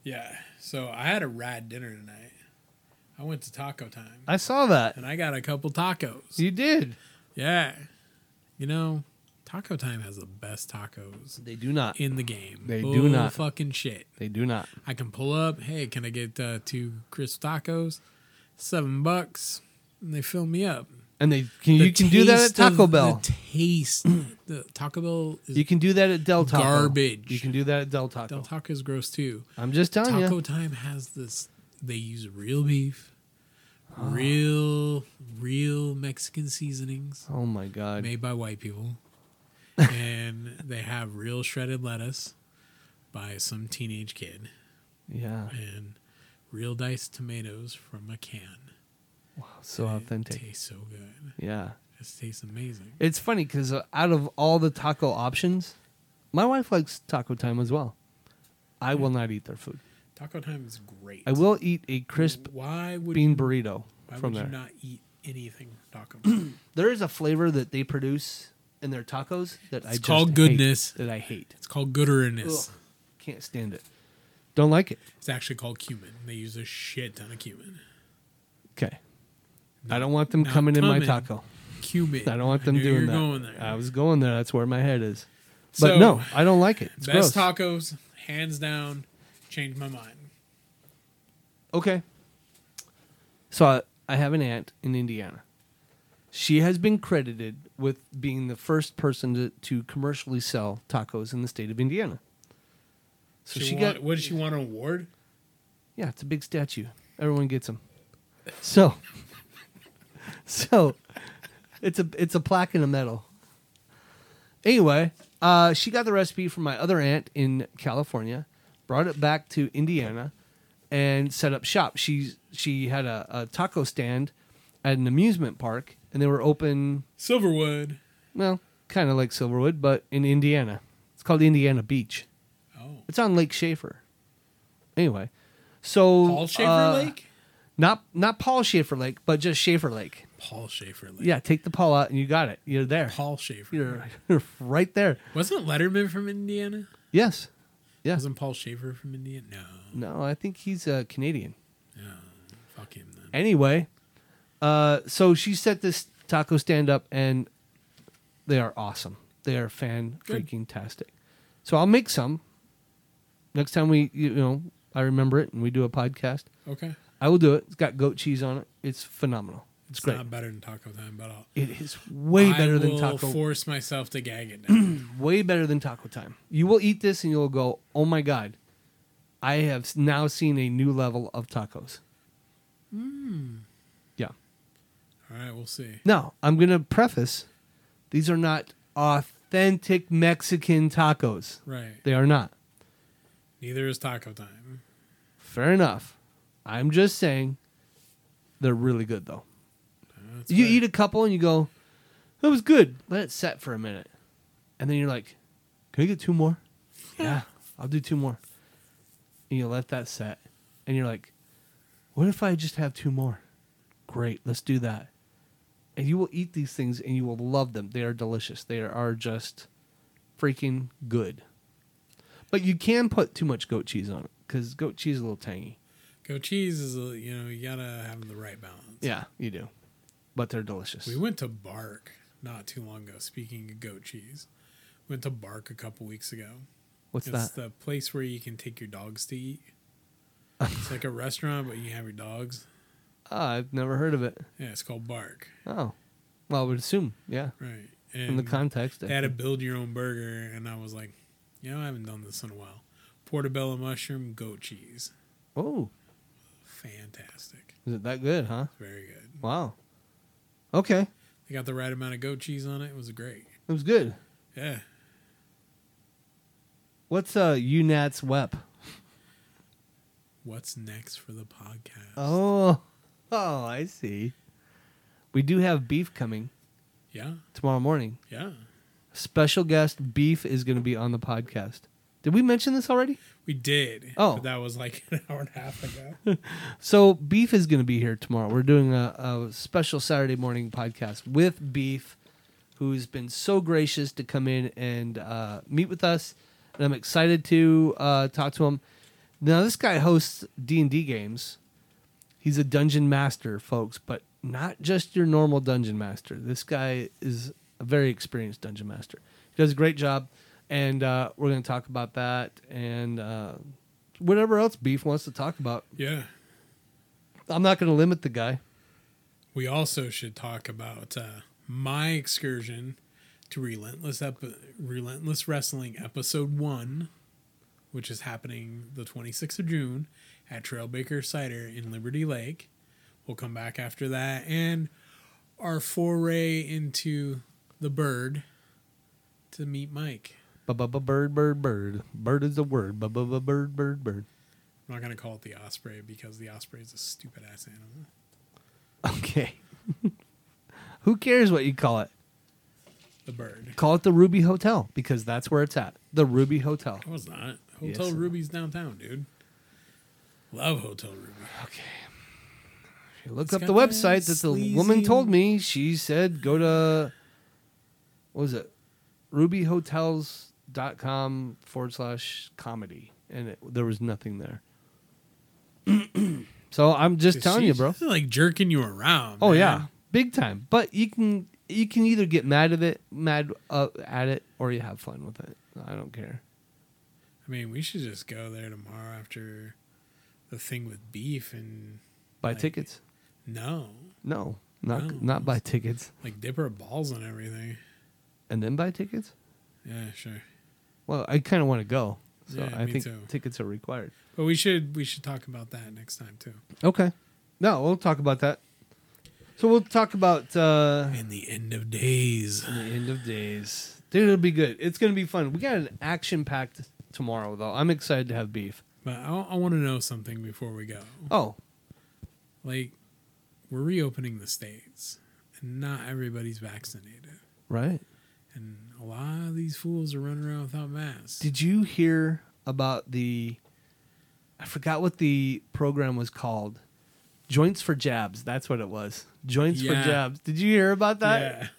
Speaker 3: Yeah. So I had a rad dinner tonight. I went to taco time.
Speaker 2: I saw that.
Speaker 3: And I got a couple tacos.
Speaker 2: You did.
Speaker 3: Yeah. You know, Taco Time has the best tacos
Speaker 2: They do not.
Speaker 3: in the game.
Speaker 2: They do not.
Speaker 3: fucking shit.
Speaker 2: They do not.
Speaker 3: I can pull up. Hey, can I get uh, two crisp tacos? Seven bucks. And they fill me up.
Speaker 2: And they can
Speaker 3: The
Speaker 2: you can do that at
Speaker 3: taste
Speaker 2: Taco
Speaker 3: of-
Speaker 2: Bell.
Speaker 3: The taste. the Taco Bell is
Speaker 2: you can do that at Del Taco.
Speaker 3: Garbage.
Speaker 2: You can do that at Del Taco.
Speaker 3: Del Taco's gross too.
Speaker 2: Oh, I'm just telling
Speaker 3: Taco
Speaker 2: you.
Speaker 3: Time has this They use real beef,
Speaker 2: Ah.
Speaker 3: real, real Mexican seasonings
Speaker 2: Oh my god.
Speaker 3: made by
Speaker 2: (laughs)
Speaker 3: white people, and they have real shredded lettuce by some teenage kid,
Speaker 2: Yeah.
Speaker 3: and real diced tomatoes from a can.
Speaker 2: So
Speaker 3: It
Speaker 2: authentic.
Speaker 3: tastes so good.
Speaker 2: Yeah.
Speaker 3: It tastes amazing.
Speaker 2: It's funny because out of all the taco options, my wife likes Taco Time as well. I will not eat their food.
Speaker 3: Taco time is great.
Speaker 2: I will eat a crisp
Speaker 3: Why would
Speaker 2: bean burrito
Speaker 3: why
Speaker 2: from
Speaker 3: would
Speaker 2: there.
Speaker 3: you not eat anything taco?
Speaker 2: (clears throat) there is a flavor that they produce in their tacos that I
Speaker 3: It's
Speaker 2: just
Speaker 3: called
Speaker 2: hate,
Speaker 3: goodness.
Speaker 2: that I hate.
Speaker 3: it's called gooderness.
Speaker 2: Ugh. Can't stand it. Don't like it.
Speaker 3: It's actually called cumin. They use a shit ton of cumin.
Speaker 2: Okay. I don't want them
Speaker 3: not
Speaker 2: coming in my
Speaker 3: coming.
Speaker 2: taco.
Speaker 3: Cumin.
Speaker 2: I don't want them
Speaker 3: knew
Speaker 2: doing
Speaker 3: you were
Speaker 2: that. Uh,
Speaker 3: Going there.
Speaker 2: I was going there. That's where my head is. But
Speaker 3: So,
Speaker 2: no, I don't like it. It's gross.
Speaker 3: Best tacos, hands down. Changed my mind.
Speaker 2: Okay. So I, I have an aunt in Indiana. She has been credited with being the first person to, to commercially sell tacos in the state of Indiana. So she,
Speaker 3: she
Speaker 2: got
Speaker 3: want, what did she want an award?
Speaker 2: yeah, it's a big statue. Everyone gets them. So, (laughs) so it's a it's a plaque and a medal. Anyway, uh, she got the recipe from my other aunt in California, brought it back to Indiana, and set up shop. She she had a, a taco stand at an amusement park, and they were open
Speaker 3: Silverwood.
Speaker 2: well, kind of like Silverwood, but in Indiana. It's called Indiana Beach.
Speaker 3: Oh,
Speaker 2: It's on Lake Schaefer. Anyway, so
Speaker 3: Paul Schaefer
Speaker 2: uh,
Speaker 3: Lake.
Speaker 2: not not Paul Schaefer Lake, but just Schaefer Lake.
Speaker 3: Paul Schaefer Lake.
Speaker 2: Yeah, take the Paul out and you got it. You're there.
Speaker 3: Paul Schaefer.
Speaker 2: You're, you're right there.
Speaker 3: Wasn't Letterman from Indiana?
Speaker 2: Yes. Yeah.
Speaker 3: Wasn't Paul Schaefer from Indiana? No.
Speaker 2: No, I think he's uh, Canadian.
Speaker 3: Fuck him then.
Speaker 2: Anyway, uh, so she set this taco stand up, and they are awesome. They are fan
Speaker 3: Good.
Speaker 2: freaking tastic. So I'll make some next time we you know I remember it and we do a podcast.
Speaker 3: Okay.
Speaker 2: I will do it. It's got goat cheese on it. It's phenomenal. It's,
Speaker 3: It's
Speaker 2: great.
Speaker 3: not better than taco time, but I'll
Speaker 2: It is way
Speaker 3: I
Speaker 2: better than
Speaker 3: will
Speaker 2: taco.
Speaker 3: force myself to gag it now.
Speaker 2: (clears throat) way better than taco time. You will eat this and you'll go, "Oh my god, I have s- now seen a new level of tacos." Yeah.
Speaker 3: All right, we'll see.
Speaker 2: Now I'm gonna preface: these are not authentic Mexican tacos.
Speaker 3: Right.
Speaker 2: They are not.
Speaker 3: Neither is taco time.
Speaker 2: Fair enough. I'm just saying, they're really good though.
Speaker 3: That's
Speaker 2: you
Speaker 3: fair.
Speaker 2: eat a couple and you go, "That was good." Let it set for a minute, and then you're like, "Can I get two more?" yeah, I'll do two more. And you let that set, and you're like, "What if I just have two more?" Great, let's do that. And you will eat these things, and you will love them. They are delicious. They are just freaking good. But you can put too much goat cheese on it because goat cheese is a little tangy.
Speaker 3: Goat cheese is a, you know you gotta have the right balance.
Speaker 2: Yeah, you do. But they're delicious.
Speaker 3: We went to Bark not too long ago. Speaking of goat cheese, went to Bark a couple weeks ago.
Speaker 2: What's
Speaker 3: it's
Speaker 2: that?
Speaker 3: the place where you can take your dogs to eat. it's like a restaurant, but you have your dogs.
Speaker 2: Ah, I've never heard of it.
Speaker 3: Yeah, it's called Bark.
Speaker 2: Oh, well, I would assume, yeah,
Speaker 3: Right.
Speaker 2: in
Speaker 3: And
Speaker 2: the context. I
Speaker 3: they had to
Speaker 2: think.
Speaker 3: build your own burger, and I was like, you know, I haven't done this in a while. Portobello mushroom goat cheese,
Speaker 2: oh,
Speaker 3: fantastic,
Speaker 2: is it that good, huh?
Speaker 3: very good.
Speaker 2: Wow. Okay,
Speaker 3: They got the right amount of goat cheese on it. It was great.
Speaker 2: it was good.
Speaker 3: Yeah.
Speaker 2: What's uh UNAT's WEP?
Speaker 3: What's next for the podcast?
Speaker 2: Oh, oh, I see. We do have beef coming
Speaker 3: Yeah.
Speaker 2: tomorrow morning.
Speaker 3: Yeah.
Speaker 2: Special guest beef is going to be on the podcast. Did we mention this already?
Speaker 3: We did.
Speaker 2: Oh.
Speaker 3: But that was like an (laughs) hour and a half
Speaker 2: (laughs)
Speaker 3: ago.
Speaker 2: So Beef is going to be here tomorrow. We're doing a, a special Saturday morning podcast with Beef, who's been so gracious to come in and uh, meet with us, and I'm excited to uh, talk to him. Now this guy hosts D and D games. He's a dungeon master, folks, but not just your normal dungeon master. This guy is a very experienced dungeon master. He does a great job, and uh, we're going to talk about that and uh, whatever else Beef wants to talk about.
Speaker 3: yeah.
Speaker 2: I'm not going to limit the guy.
Speaker 3: We also should talk about uh, my excursion to Relentless Epi- Relentless Wrestling episode 1, which is happening the 26th of June at Trail Baker Cider in Liberty Lake. We'll come back after that and our foray into the bird to meet Mike.
Speaker 2: Bird, bird, bird. Bird is the word. Bird, bird, bird. (laughs)
Speaker 3: I'm not gonna call it the osprey because the osprey is a stupid ass animal.
Speaker 2: Okay. Who cares what you call it?
Speaker 3: The bird.
Speaker 2: Call it the Ruby Hotel because that's where it's at. The Ruby Hotel.
Speaker 3: No, it's not.
Speaker 2: Yes,
Speaker 3: Hotel
Speaker 2: it
Speaker 3: Ruby's downtown, dude. Love Hotel Ruby.
Speaker 2: Okay. If you look
Speaker 3: It's
Speaker 2: up the
Speaker 3: got that
Speaker 2: website that the woman
Speaker 3: sleazy-
Speaker 2: told me, she said go to what was it? rubyhotels.com forward slash comedy. And it, there was nothing there. (clears throat) so I'm just telling you,
Speaker 3: She's
Speaker 2: bro.
Speaker 3: just, (laughs) Like jerking you around.
Speaker 2: Oh
Speaker 3: man.
Speaker 2: yeah, big time. But you can you can either get mad at it, mad uh, at it, or you have fun with it. I don't care.
Speaker 3: I mean, we should just go there tomorrow after the thing with beef and
Speaker 2: Buy
Speaker 3: Like- Oh.
Speaker 2: tickets?
Speaker 3: no,
Speaker 2: No, not
Speaker 3: No.
Speaker 2: not buy tickets
Speaker 3: like dip our balls on everything.
Speaker 2: and then buy tickets.
Speaker 3: Yeah, sure.
Speaker 2: Well, I kind of want to go, so
Speaker 3: Yeah,
Speaker 2: I
Speaker 3: me
Speaker 2: think
Speaker 3: too.
Speaker 2: tickets are required.
Speaker 3: But we should we should talk about that next time too.
Speaker 2: Okay, no, we'll talk about that. So we'll talk about uh,
Speaker 3: In the end of days.
Speaker 2: the end of days. Dude, it'll be good. It's gonna be fun. We got an action packed tomorrow though. I'm excited to have beef.
Speaker 3: But I, I want to know something before we go.
Speaker 2: Oh,
Speaker 3: Like, we're reopening the states, and not everybody's vaccinated,
Speaker 2: right.
Speaker 3: and a lot of these fools are running around without masks.
Speaker 2: Did you hear about the? I forgot what the program was called. Joints for Jabs. That's what it was. Joints
Speaker 3: Yeah.
Speaker 2: for Jabs. Did you hear about that?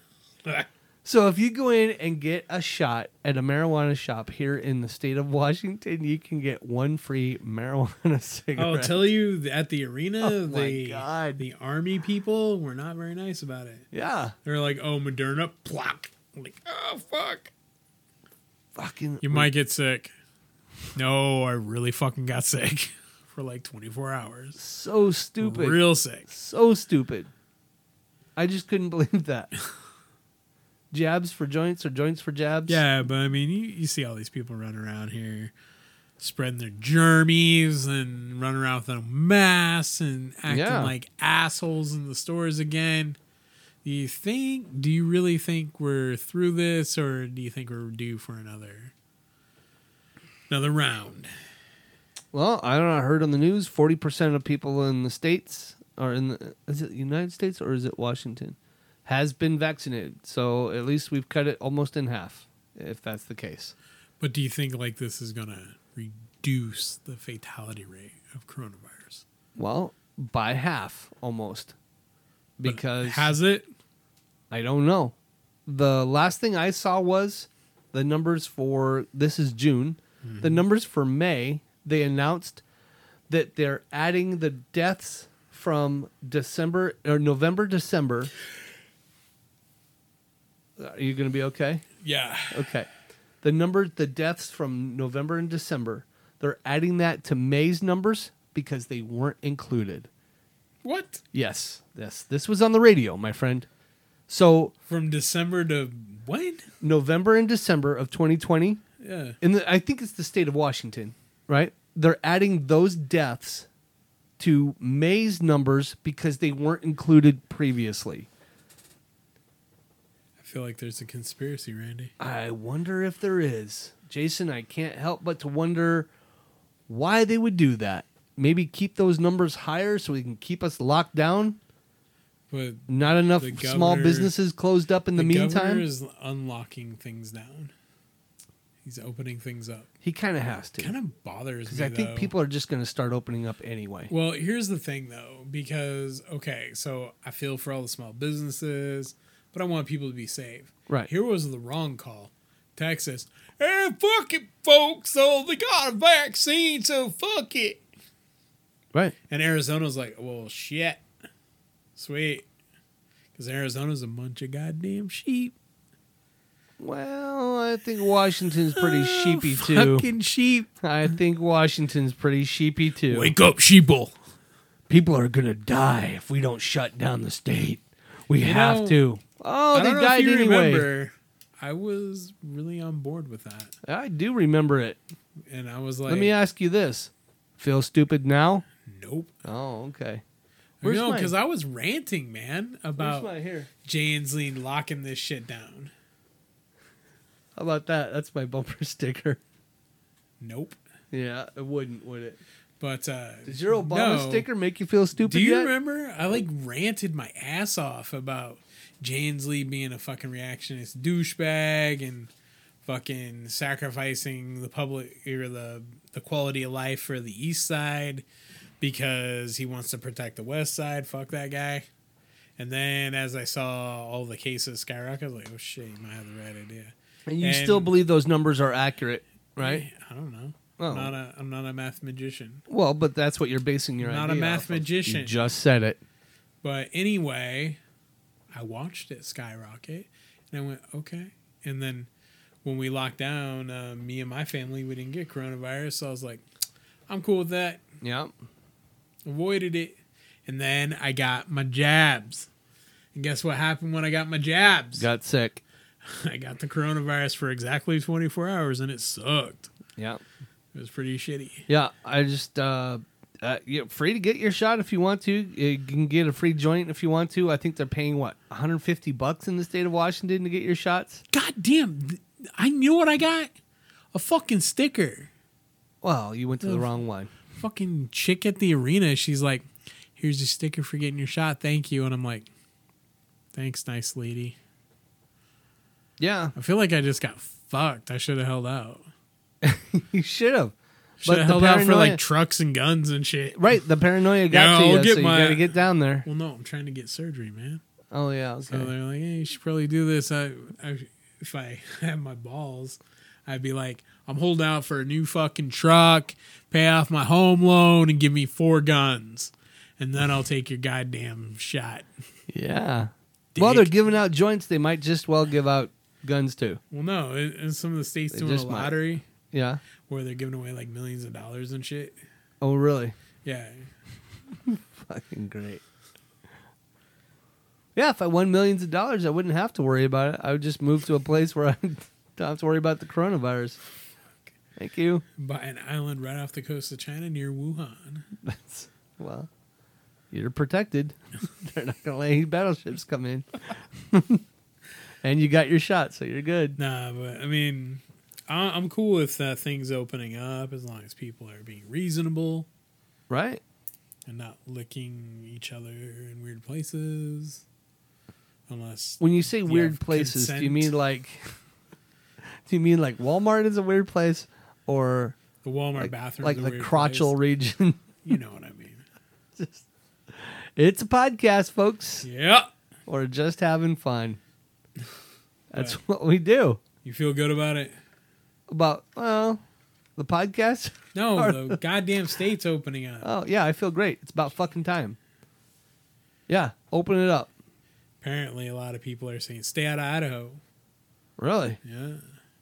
Speaker 3: yeah. (laughs)
Speaker 2: So if you go in and get a shot at a marijuana shop here in the state of Washington, you can get one free marijuana (laughs) cigarette.
Speaker 3: I'll Oh, tell you th- at the arena,
Speaker 2: Oh my
Speaker 3: the
Speaker 2: God.
Speaker 3: the army people were not very nice about it.
Speaker 2: yeah,
Speaker 3: They're like, "Oh, Moderna, plop." I'm like, "Oh, fuck."
Speaker 2: fucking.
Speaker 3: You might get sick. No, I really fucking got sick (laughs) for like 24 hours.
Speaker 2: so stupid.
Speaker 3: Real sick.
Speaker 2: So stupid. I just couldn't (laughs) believe
Speaker 3: (laughs)
Speaker 2: that. jabs for joints or joints for jabs?
Speaker 3: Yeah, but I mean, you, you see all these people running around here spreading their germies and running around with no masks and acting
Speaker 2: Yeah.
Speaker 3: like assholes in the stores again. Do you think, do you really think we're through this or do you think we're due for another? Another round.
Speaker 2: Well, I don't know. I heard on the news, forty percent of people in the states or in the is it United States or is it Washington has been vaccinated. So at least we've cut it almost in half, if that's the case.
Speaker 3: But do you think like this is gonna reduce the fatality rate of coronavirus?
Speaker 2: Well, by half almost,
Speaker 3: But
Speaker 2: because
Speaker 3: has it?
Speaker 2: I don't know. The last thing I saw was the numbers for this is June. The numbers for May, they announced that they're adding the deaths from December or November, December. Are you going to be okay?
Speaker 3: Yeah.
Speaker 2: Okay. The number, the deaths from November and December, they're adding that to May's numbers because they weren't included.
Speaker 3: What?
Speaker 2: Yes, yes. This was on the radio, my friend. So
Speaker 3: From December to when?
Speaker 2: November and December of 2020,
Speaker 3: Yeah.
Speaker 2: in the, I think it's the state of Washington, right? They're adding those deaths to May's numbers because they weren't included previously.
Speaker 3: I feel like there's a conspiracy, Randy.
Speaker 2: I wonder if there is. Jason, I can't help but to wonder why they would do that. Maybe keep those numbers higher so we can keep us locked down.
Speaker 3: But
Speaker 2: Not enough
Speaker 3: The
Speaker 2: small
Speaker 3: governor-
Speaker 2: businesses closed up in the, meantime.
Speaker 3: governor is unlocking things down. He's opening things up.
Speaker 2: he kind of has to.
Speaker 3: Kind of bothers
Speaker 2: Because
Speaker 3: me.
Speaker 2: I think
Speaker 3: though.
Speaker 2: people are just going to start opening up anyway.
Speaker 3: Well, here's the thing though, because okay, so I feel for all the small businesses, but I want people to be safe.
Speaker 2: Right.
Speaker 3: Here was the wrong call. Texas. Hey, fuck it, folks. So they got a vaccine, so fuck it.
Speaker 2: Right.
Speaker 3: And Arizona's like, well, shit. Sweet. Because Arizona's a bunch of goddamn sheep.
Speaker 2: Well, I think Washington's pretty
Speaker 3: Oh,
Speaker 2: sheepy too.
Speaker 3: Fucking sheep.
Speaker 2: I think Washington's pretty sheepy too.
Speaker 3: Wake up, sheeple.
Speaker 2: People are gonna die if we don't shut down the state. We have
Speaker 3: know,
Speaker 2: to. Oh,
Speaker 3: I
Speaker 2: they
Speaker 3: don't know if
Speaker 2: died
Speaker 3: you
Speaker 2: anyway.
Speaker 3: remember, I was really on board with that.
Speaker 2: I do remember it.
Speaker 3: And I was like,
Speaker 2: Let me ask you this: Feel stupid now?
Speaker 3: Nope.
Speaker 2: Oh, okay. Where's
Speaker 3: No,
Speaker 2: mine?
Speaker 3: because I was ranting, man,
Speaker 2: Where's
Speaker 3: about
Speaker 2: my here?
Speaker 3: Jay and Zleen locking this shit down.
Speaker 2: How about that? That's my bumper (laughs) sticker.
Speaker 3: Nope.
Speaker 2: Yeah, it wouldn't, would it?
Speaker 3: But uh,
Speaker 2: Does your Obama
Speaker 3: no.
Speaker 2: sticker make you feel stupid
Speaker 3: Do you
Speaker 2: yet?
Speaker 3: remember? I like ranted my ass off about James Lee being a fucking reactionist douchebag and fucking sacrificing the public or the the quality of life for the East Side because he wants to protect the West Side. Fuck that guy. And then as I saw all the cases skyrocket, I was like, oh shit, you might have the right idea.
Speaker 2: and you
Speaker 3: and-
Speaker 2: still believe those numbers are accurate, right?
Speaker 3: I don't know.
Speaker 2: Oh.
Speaker 3: I'm not a I'm not a math magician.
Speaker 2: Well, but that's what you're basing your
Speaker 3: Not a
Speaker 2: idea
Speaker 3: math
Speaker 2: off of.
Speaker 3: magician.
Speaker 2: You just said it.
Speaker 3: But anyway, I watched it skyrocket, and I went okay. And then when we locked down, uh, me and my family we didn't get coronavirus, so I was like, I'm cool with that.
Speaker 2: Yeah.
Speaker 3: Avoided it, and then I got my jabs. And guess what happened when I got my jabs?
Speaker 2: Got sick.
Speaker 3: (laughs) I got the coronavirus for exactly 24 hours, and it sucked.
Speaker 2: Yeah.
Speaker 3: It was pretty shitty.
Speaker 2: Yeah, I just uh, uh you're free to get your shot if you want to. Uh, You can get a free joint if you want to. I think they're paying what 150 bucks in the state of Washington to get your shots.
Speaker 3: God damn! th- I knew what I got. A fucking sticker.
Speaker 2: Well, you went to the wrong one.
Speaker 3: fucking chick at the arena, she's like, "Here's your sticker for getting your shot. Thank you." And I'm like, "Thanks, nice lady."
Speaker 2: Yeah, (laughs)
Speaker 3: I feel like I just got fucked. I should have held out.
Speaker 2: you should have.
Speaker 3: Should
Speaker 2: the
Speaker 3: have held out for
Speaker 2: paranoia-
Speaker 3: like trucks and guns and shit.
Speaker 2: right, the paranoia got
Speaker 3: Yeah,
Speaker 2: to
Speaker 3: I'll
Speaker 2: you,
Speaker 3: get
Speaker 2: so
Speaker 3: my-
Speaker 2: you gotta get down there.
Speaker 3: Well, no, I'm trying to get surgery, man.
Speaker 2: Oh yeah,
Speaker 3: So
Speaker 2: okay.
Speaker 3: they're like, "Hey, you should probably do this." I, I if I (laughs) had my balls, I'd be like, "I'm holding out for a new fucking truck, pay off my home loan, and give me four guns." And then I'll take your goddamn shot.
Speaker 2: yeah. Well, they're giving out joints. They might just well give out guns too.
Speaker 3: Well, no, in in some of the states
Speaker 2: They
Speaker 3: doing a
Speaker 2: just might.
Speaker 3: lottery
Speaker 2: Yeah.
Speaker 3: where they're giving away like millions of dollars and shit.
Speaker 2: Oh really?
Speaker 3: Yeah,
Speaker 2: Fucking great. Yeah, if I won millions of dollars, I wouldn't have to worry about it. I would just move to a place where (laughs) I don't have to worry about the coronavirus. Thank you.
Speaker 3: by an island right off the coast of China near Wuhan.
Speaker 2: That's well, you're protected. (laughs) They're not gonna let any battleships come in. (laughs) and you got your shot, so you're good.
Speaker 3: Nah, but I mean, I, I'm cool with uh, things opening up as long as people are being reasonable
Speaker 2: Right?
Speaker 3: and not licking each other in weird places. Unless
Speaker 2: When you say
Speaker 3: have
Speaker 2: weird places, do you
Speaker 3: consent.
Speaker 2: mean like (laughs) do you mean like Walmart is a weird place or
Speaker 3: the Walmart
Speaker 2: like,
Speaker 3: bathroom,
Speaker 2: like the crotchel region? (laughs)
Speaker 3: you know what I mean?
Speaker 2: it's a podcast, folks.
Speaker 3: Yeah,
Speaker 2: or just having fun. That's what we do.
Speaker 3: you feel good about it?
Speaker 2: About well, the podcast.
Speaker 3: No, the goddamn state's opening up.
Speaker 2: Oh yeah, I feel great. It's about fucking time. Yeah, open it up.
Speaker 3: Apparently, a lot of people are saying stay out of Idaho.
Speaker 2: Really,
Speaker 3: Yeah.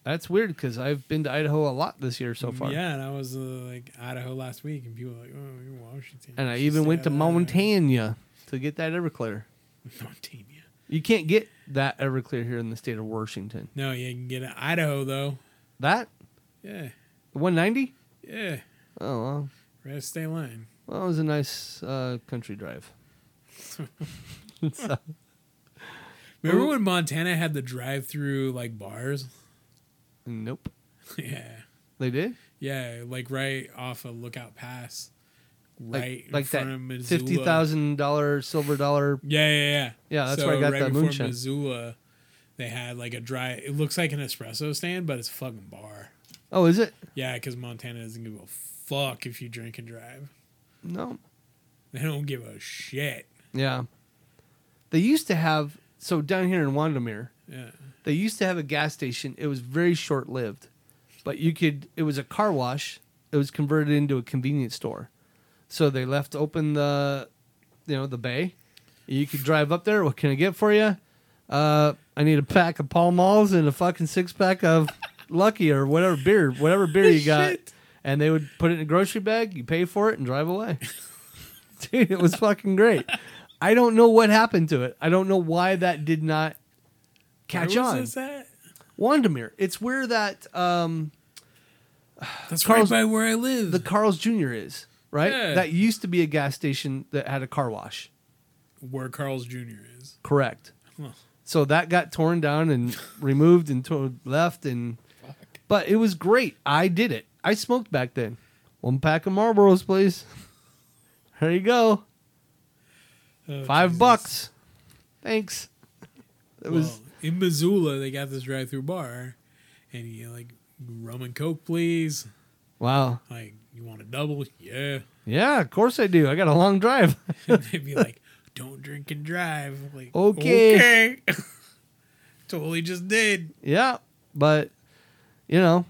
Speaker 2: that's weird because I've been to Idaho a lot this year so far.
Speaker 3: Yeah, and I was uh, like Idaho last week, and people were like, "Oh, you're Washington."
Speaker 2: and I
Speaker 3: You
Speaker 2: even
Speaker 3: stay
Speaker 2: went to
Speaker 3: out of Idaho."
Speaker 2: Montana to get that Everclear.
Speaker 3: (laughs) Montana.
Speaker 2: You can't get that Everclear here in the state of Washington.
Speaker 3: No, yeah, you can get it Idaho though.
Speaker 2: That
Speaker 3: Yeah,
Speaker 2: one ninety.
Speaker 3: yeah,
Speaker 2: Oh well,
Speaker 3: right at state line.
Speaker 2: well, it was a nice uh, country drive. (laughs) So-
Speaker 3: Remember when Montana had the drive-through like bars? (laughs)
Speaker 2: nope,
Speaker 3: yeah,
Speaker 2: they did.
Speaker 3: yeah, like right off of Lookout Pass,
Speaker 2: like,
Speaker 3: right in
Speaker 2: like
Speaker 3: front
Speaker 2: that
Speaker 3: of Missoula.
Speaker 2: fifty thousand dollar silver dollar.
Speaker 3: Yeah, yeah, yeah.
Speaker 2: Yeah, that's where I got
Speaker 3: right
Speaker 2: that
Speaker 3: before
Speaker 2: moonshine.
Speaker 3: Missoula, they had like a dry. It looks like an espresso stand, but it's a fucking bar.
Speaker 2: Oh, is it?
Speaker 3: Yeah, because Montana doesn't give a fuck if you drink and drive.
Speaker 2: No.
Speaker 3: They don't give a shit.
Speaker 2: Yeah, they used to have so down here in Wandermeer,
Speaker 3: Yeah.
Speaker 2: they used to have a gas station. It was very short lived, but you could. It was a car wash. It was converted into a convenience store, so they left open the, you know, the bay. You could drive up there. What can I get for you? Uh, I need a pack of Pall Malls and a fucking six pack of Lucky or whatever beer, whatever beer you got.
Speaker 3: Shit.
Speaker 2: And they would put it in a grocery bag. You pay for it and drive away. (laughs) Dude, it was fucking great. I don't know what happened to it. I don't know why that did not catch
Speaker 3: Where was
Speaker 2: on.
Speaker 3: this at?
Speaker 2: Wandermeer. It's where that um,
Speaker 3: That's
Speaker 2: Carl's-
Speaker 3: right by where I live.
Speaker 2: the Carl's Jr. is. right?
Speaker 3: Yeah.
Speaker 2: That used to be a gas station that had a car wash.
Speaker 3: Where Carl's Jr. is.
Speaker 2: Correct.
Speaker 3: Huh.
Speaker 2: So that got torn down and removed and to- left and but it was great. I did it. I smoked back then. One pack of Marlboros, please. There you go.
Speaker 3: Oh,
Speaker 2: Five
Speaker 3: Jesus.
Speaker 2: bucks. Thanks. That was
Speaker 3: Well, in Missoula. They got this drive-through bar, and you like rum and coke, please.
Speaker 2: wow.
Speaker 3: Like you want a double? Yeah. (laughs)
Speaker 2: Yeah, of course I do. I got a long drive. (laughs)
Speaker 3: And they'd be like, "Don't drink and drive." I'm Like
Speaker 2: Okay.
Speaker 3: okay. (laughs) totally just did.
Speaker 2: yeah, but you know,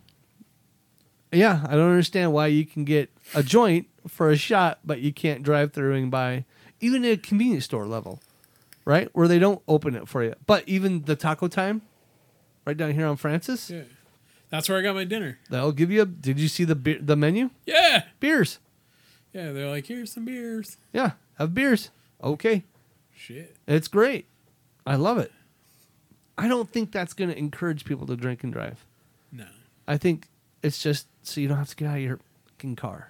Speaker 2: yeah, I don't understand why you can get a joint for a shot, but you can't drive through and buy even at a convenience store level, right? Where they don't open it for you. But even the taco time, right down here on Francis,
Speaker 3: Yeah. That's where I got my dinner.
Speaker 2: they'll give you. a Did you see the beer, the menu?
Speaker 3: Yeah.
Speaker 2: Beers.
Speaker 3: Yeah. They're like, here's some beers.
Speaker 2: Yeah, have beers. Okay,
Speaker 3: Shit.
Speaker 2: it's great. I love it. I don't think that's going to encourage people to drink and drive.
Speaker 3: No.
Speaker 2: I think it's just so you don't have to get out of your fucking car.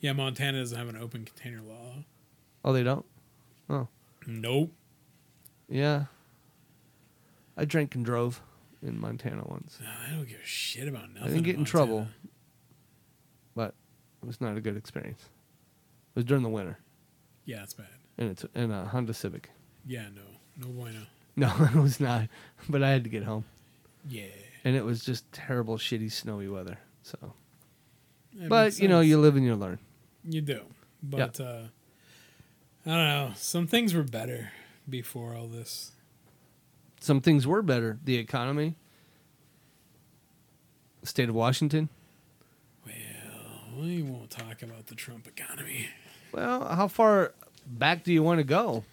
Speaker 3: Yeah, Montana doesn't have an open container law.
Speaker 2: Oh, they don't? Oh,
Speaker 3: Nope.
Speaker 2: Yeah. I drank and drove in Montana once.
Speaker 3: I don't give a shit about nothing.
Speaker 2: I didn't get in
Speaker 3: Montana.
Speaker 2: trouble, but it was not a good experience. It was during the winter,
Speaker 3: Yeah, it's bad.
Speaker 2: and it's in a Honda Civic. (laughs)
Speaker 3: Yeah, no. No bueno.
Speaker 2: No, it was not. But I had to get home,
Speaker 3: Yeah.
Speaker 2: and it was just terrible, shitty, snowy weather. So,
Speaker 3: That
Speaker 2: but
Speaker 3: makes
Speaker 2: you know,
Speaker 3: sense.
Speaker 2: you live and you learn.
Speaker 3: You do. But uh I don't know. Some things were better before all this.
Speaker 2: Some things were better. The economy, the state of Washington.
Speaker 3: We won't talk about the Trump economy.
Speaker 2: Well, how far back do you want to go?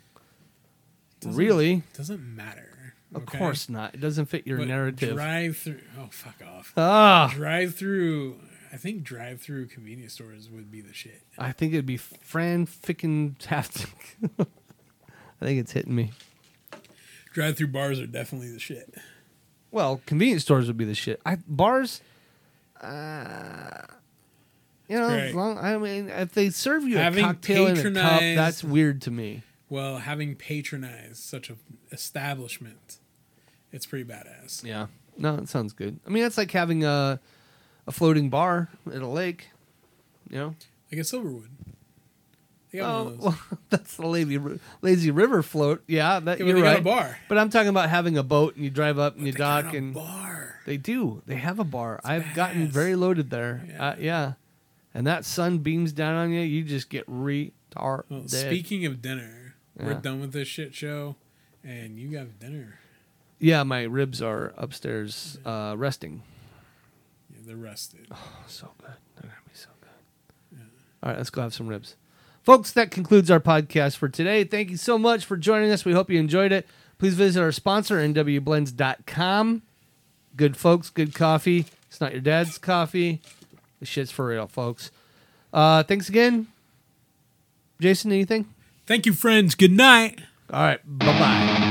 Speaker 3: Doesn't-
Speaker 2: really?
Speaker 3: Doesn't matter.
Speaker 2: Of
Speaker 3: okay?
Speaker 2: course not. It doesn't fit your
Speaker 3: But
Speaker 2: narrative.
Speaker 3: Drive through. Oh, fuck off.
Speaker 2: Ah,
Speaker 3: drive through. I think drive through convenience stores would be the shit.
Speaker 2: I think it'd be Fran fickin' tastic. (laughs) I think it's hitting me.
Speaker 3: Drive through bars are definitely the shit.
Speaker 2: Well, convenience stores would be the shit. I, bars, uh, you know,
Speaker 3: Great.
Speaker 2: as long, I mean, if they serve you
Speaker 3: Having
Speaker 2: a cocktail in a cup,
Speaker 3: patronized-
Speaker 2: that's weird to me.
Speaker 3: Well, having patronized such an establishment, it's pretty badass.
Speaker 2: Yeah. No, it sounds good. I mean, that's like having a a floating bar at a lake. You know,
Speaker 3: Like at Silverwood. They got one
Speaker 2: Oh,
Speaker 3: of those.
Speaker 2: well, (laughs) that's the lazy, Ri- lazy river float. Yeah, that,
Speaker 3: Yeah, but
Speaker 2: you're
Speaker 3: they
Speaker 2: right.
Speaker 3: got a bar.
Speaker 2: But I'm talking about having a boat and you drive up and you
Speaker 3: They got
Speaker 2: dock
Speaker 3: a
Speaker 2: and
Speaker 3: bar.
Speaker 2: they do. They have a bar. I've gotten
Speaker 3: badass.
Speaker 2: very loaded there. Yeah.
Speaker 3: Yeah.
Speaker 2: Uh, yeah, and that sun beams down on you. You just get retarded.
Speaker 3: Well, speaking of dinner, we're
Speaker 2: Yeah.
Speaker 3: done with this shit show, and you got dinner.
Speaker 2: yeah, my ribs are upstairs uh, resting.
Speaker 3: Yeah, they're rested.
Speaker 2: Oh, so good. They're gonna be so good. All right, let's go have some ribs. Folks, that concludes our podcast for today. Thank you so much for joining us. We hope you enjoyed it. Please visit our sponsor, nwblends.com. Good folks, good coffee. It's not your dad's coffee. This shit's for real, folks. Uh, thanks again. Jason, anything?
Speaker 3: Thank you, friends. Good night.
Speaker 2: All right, bye bye.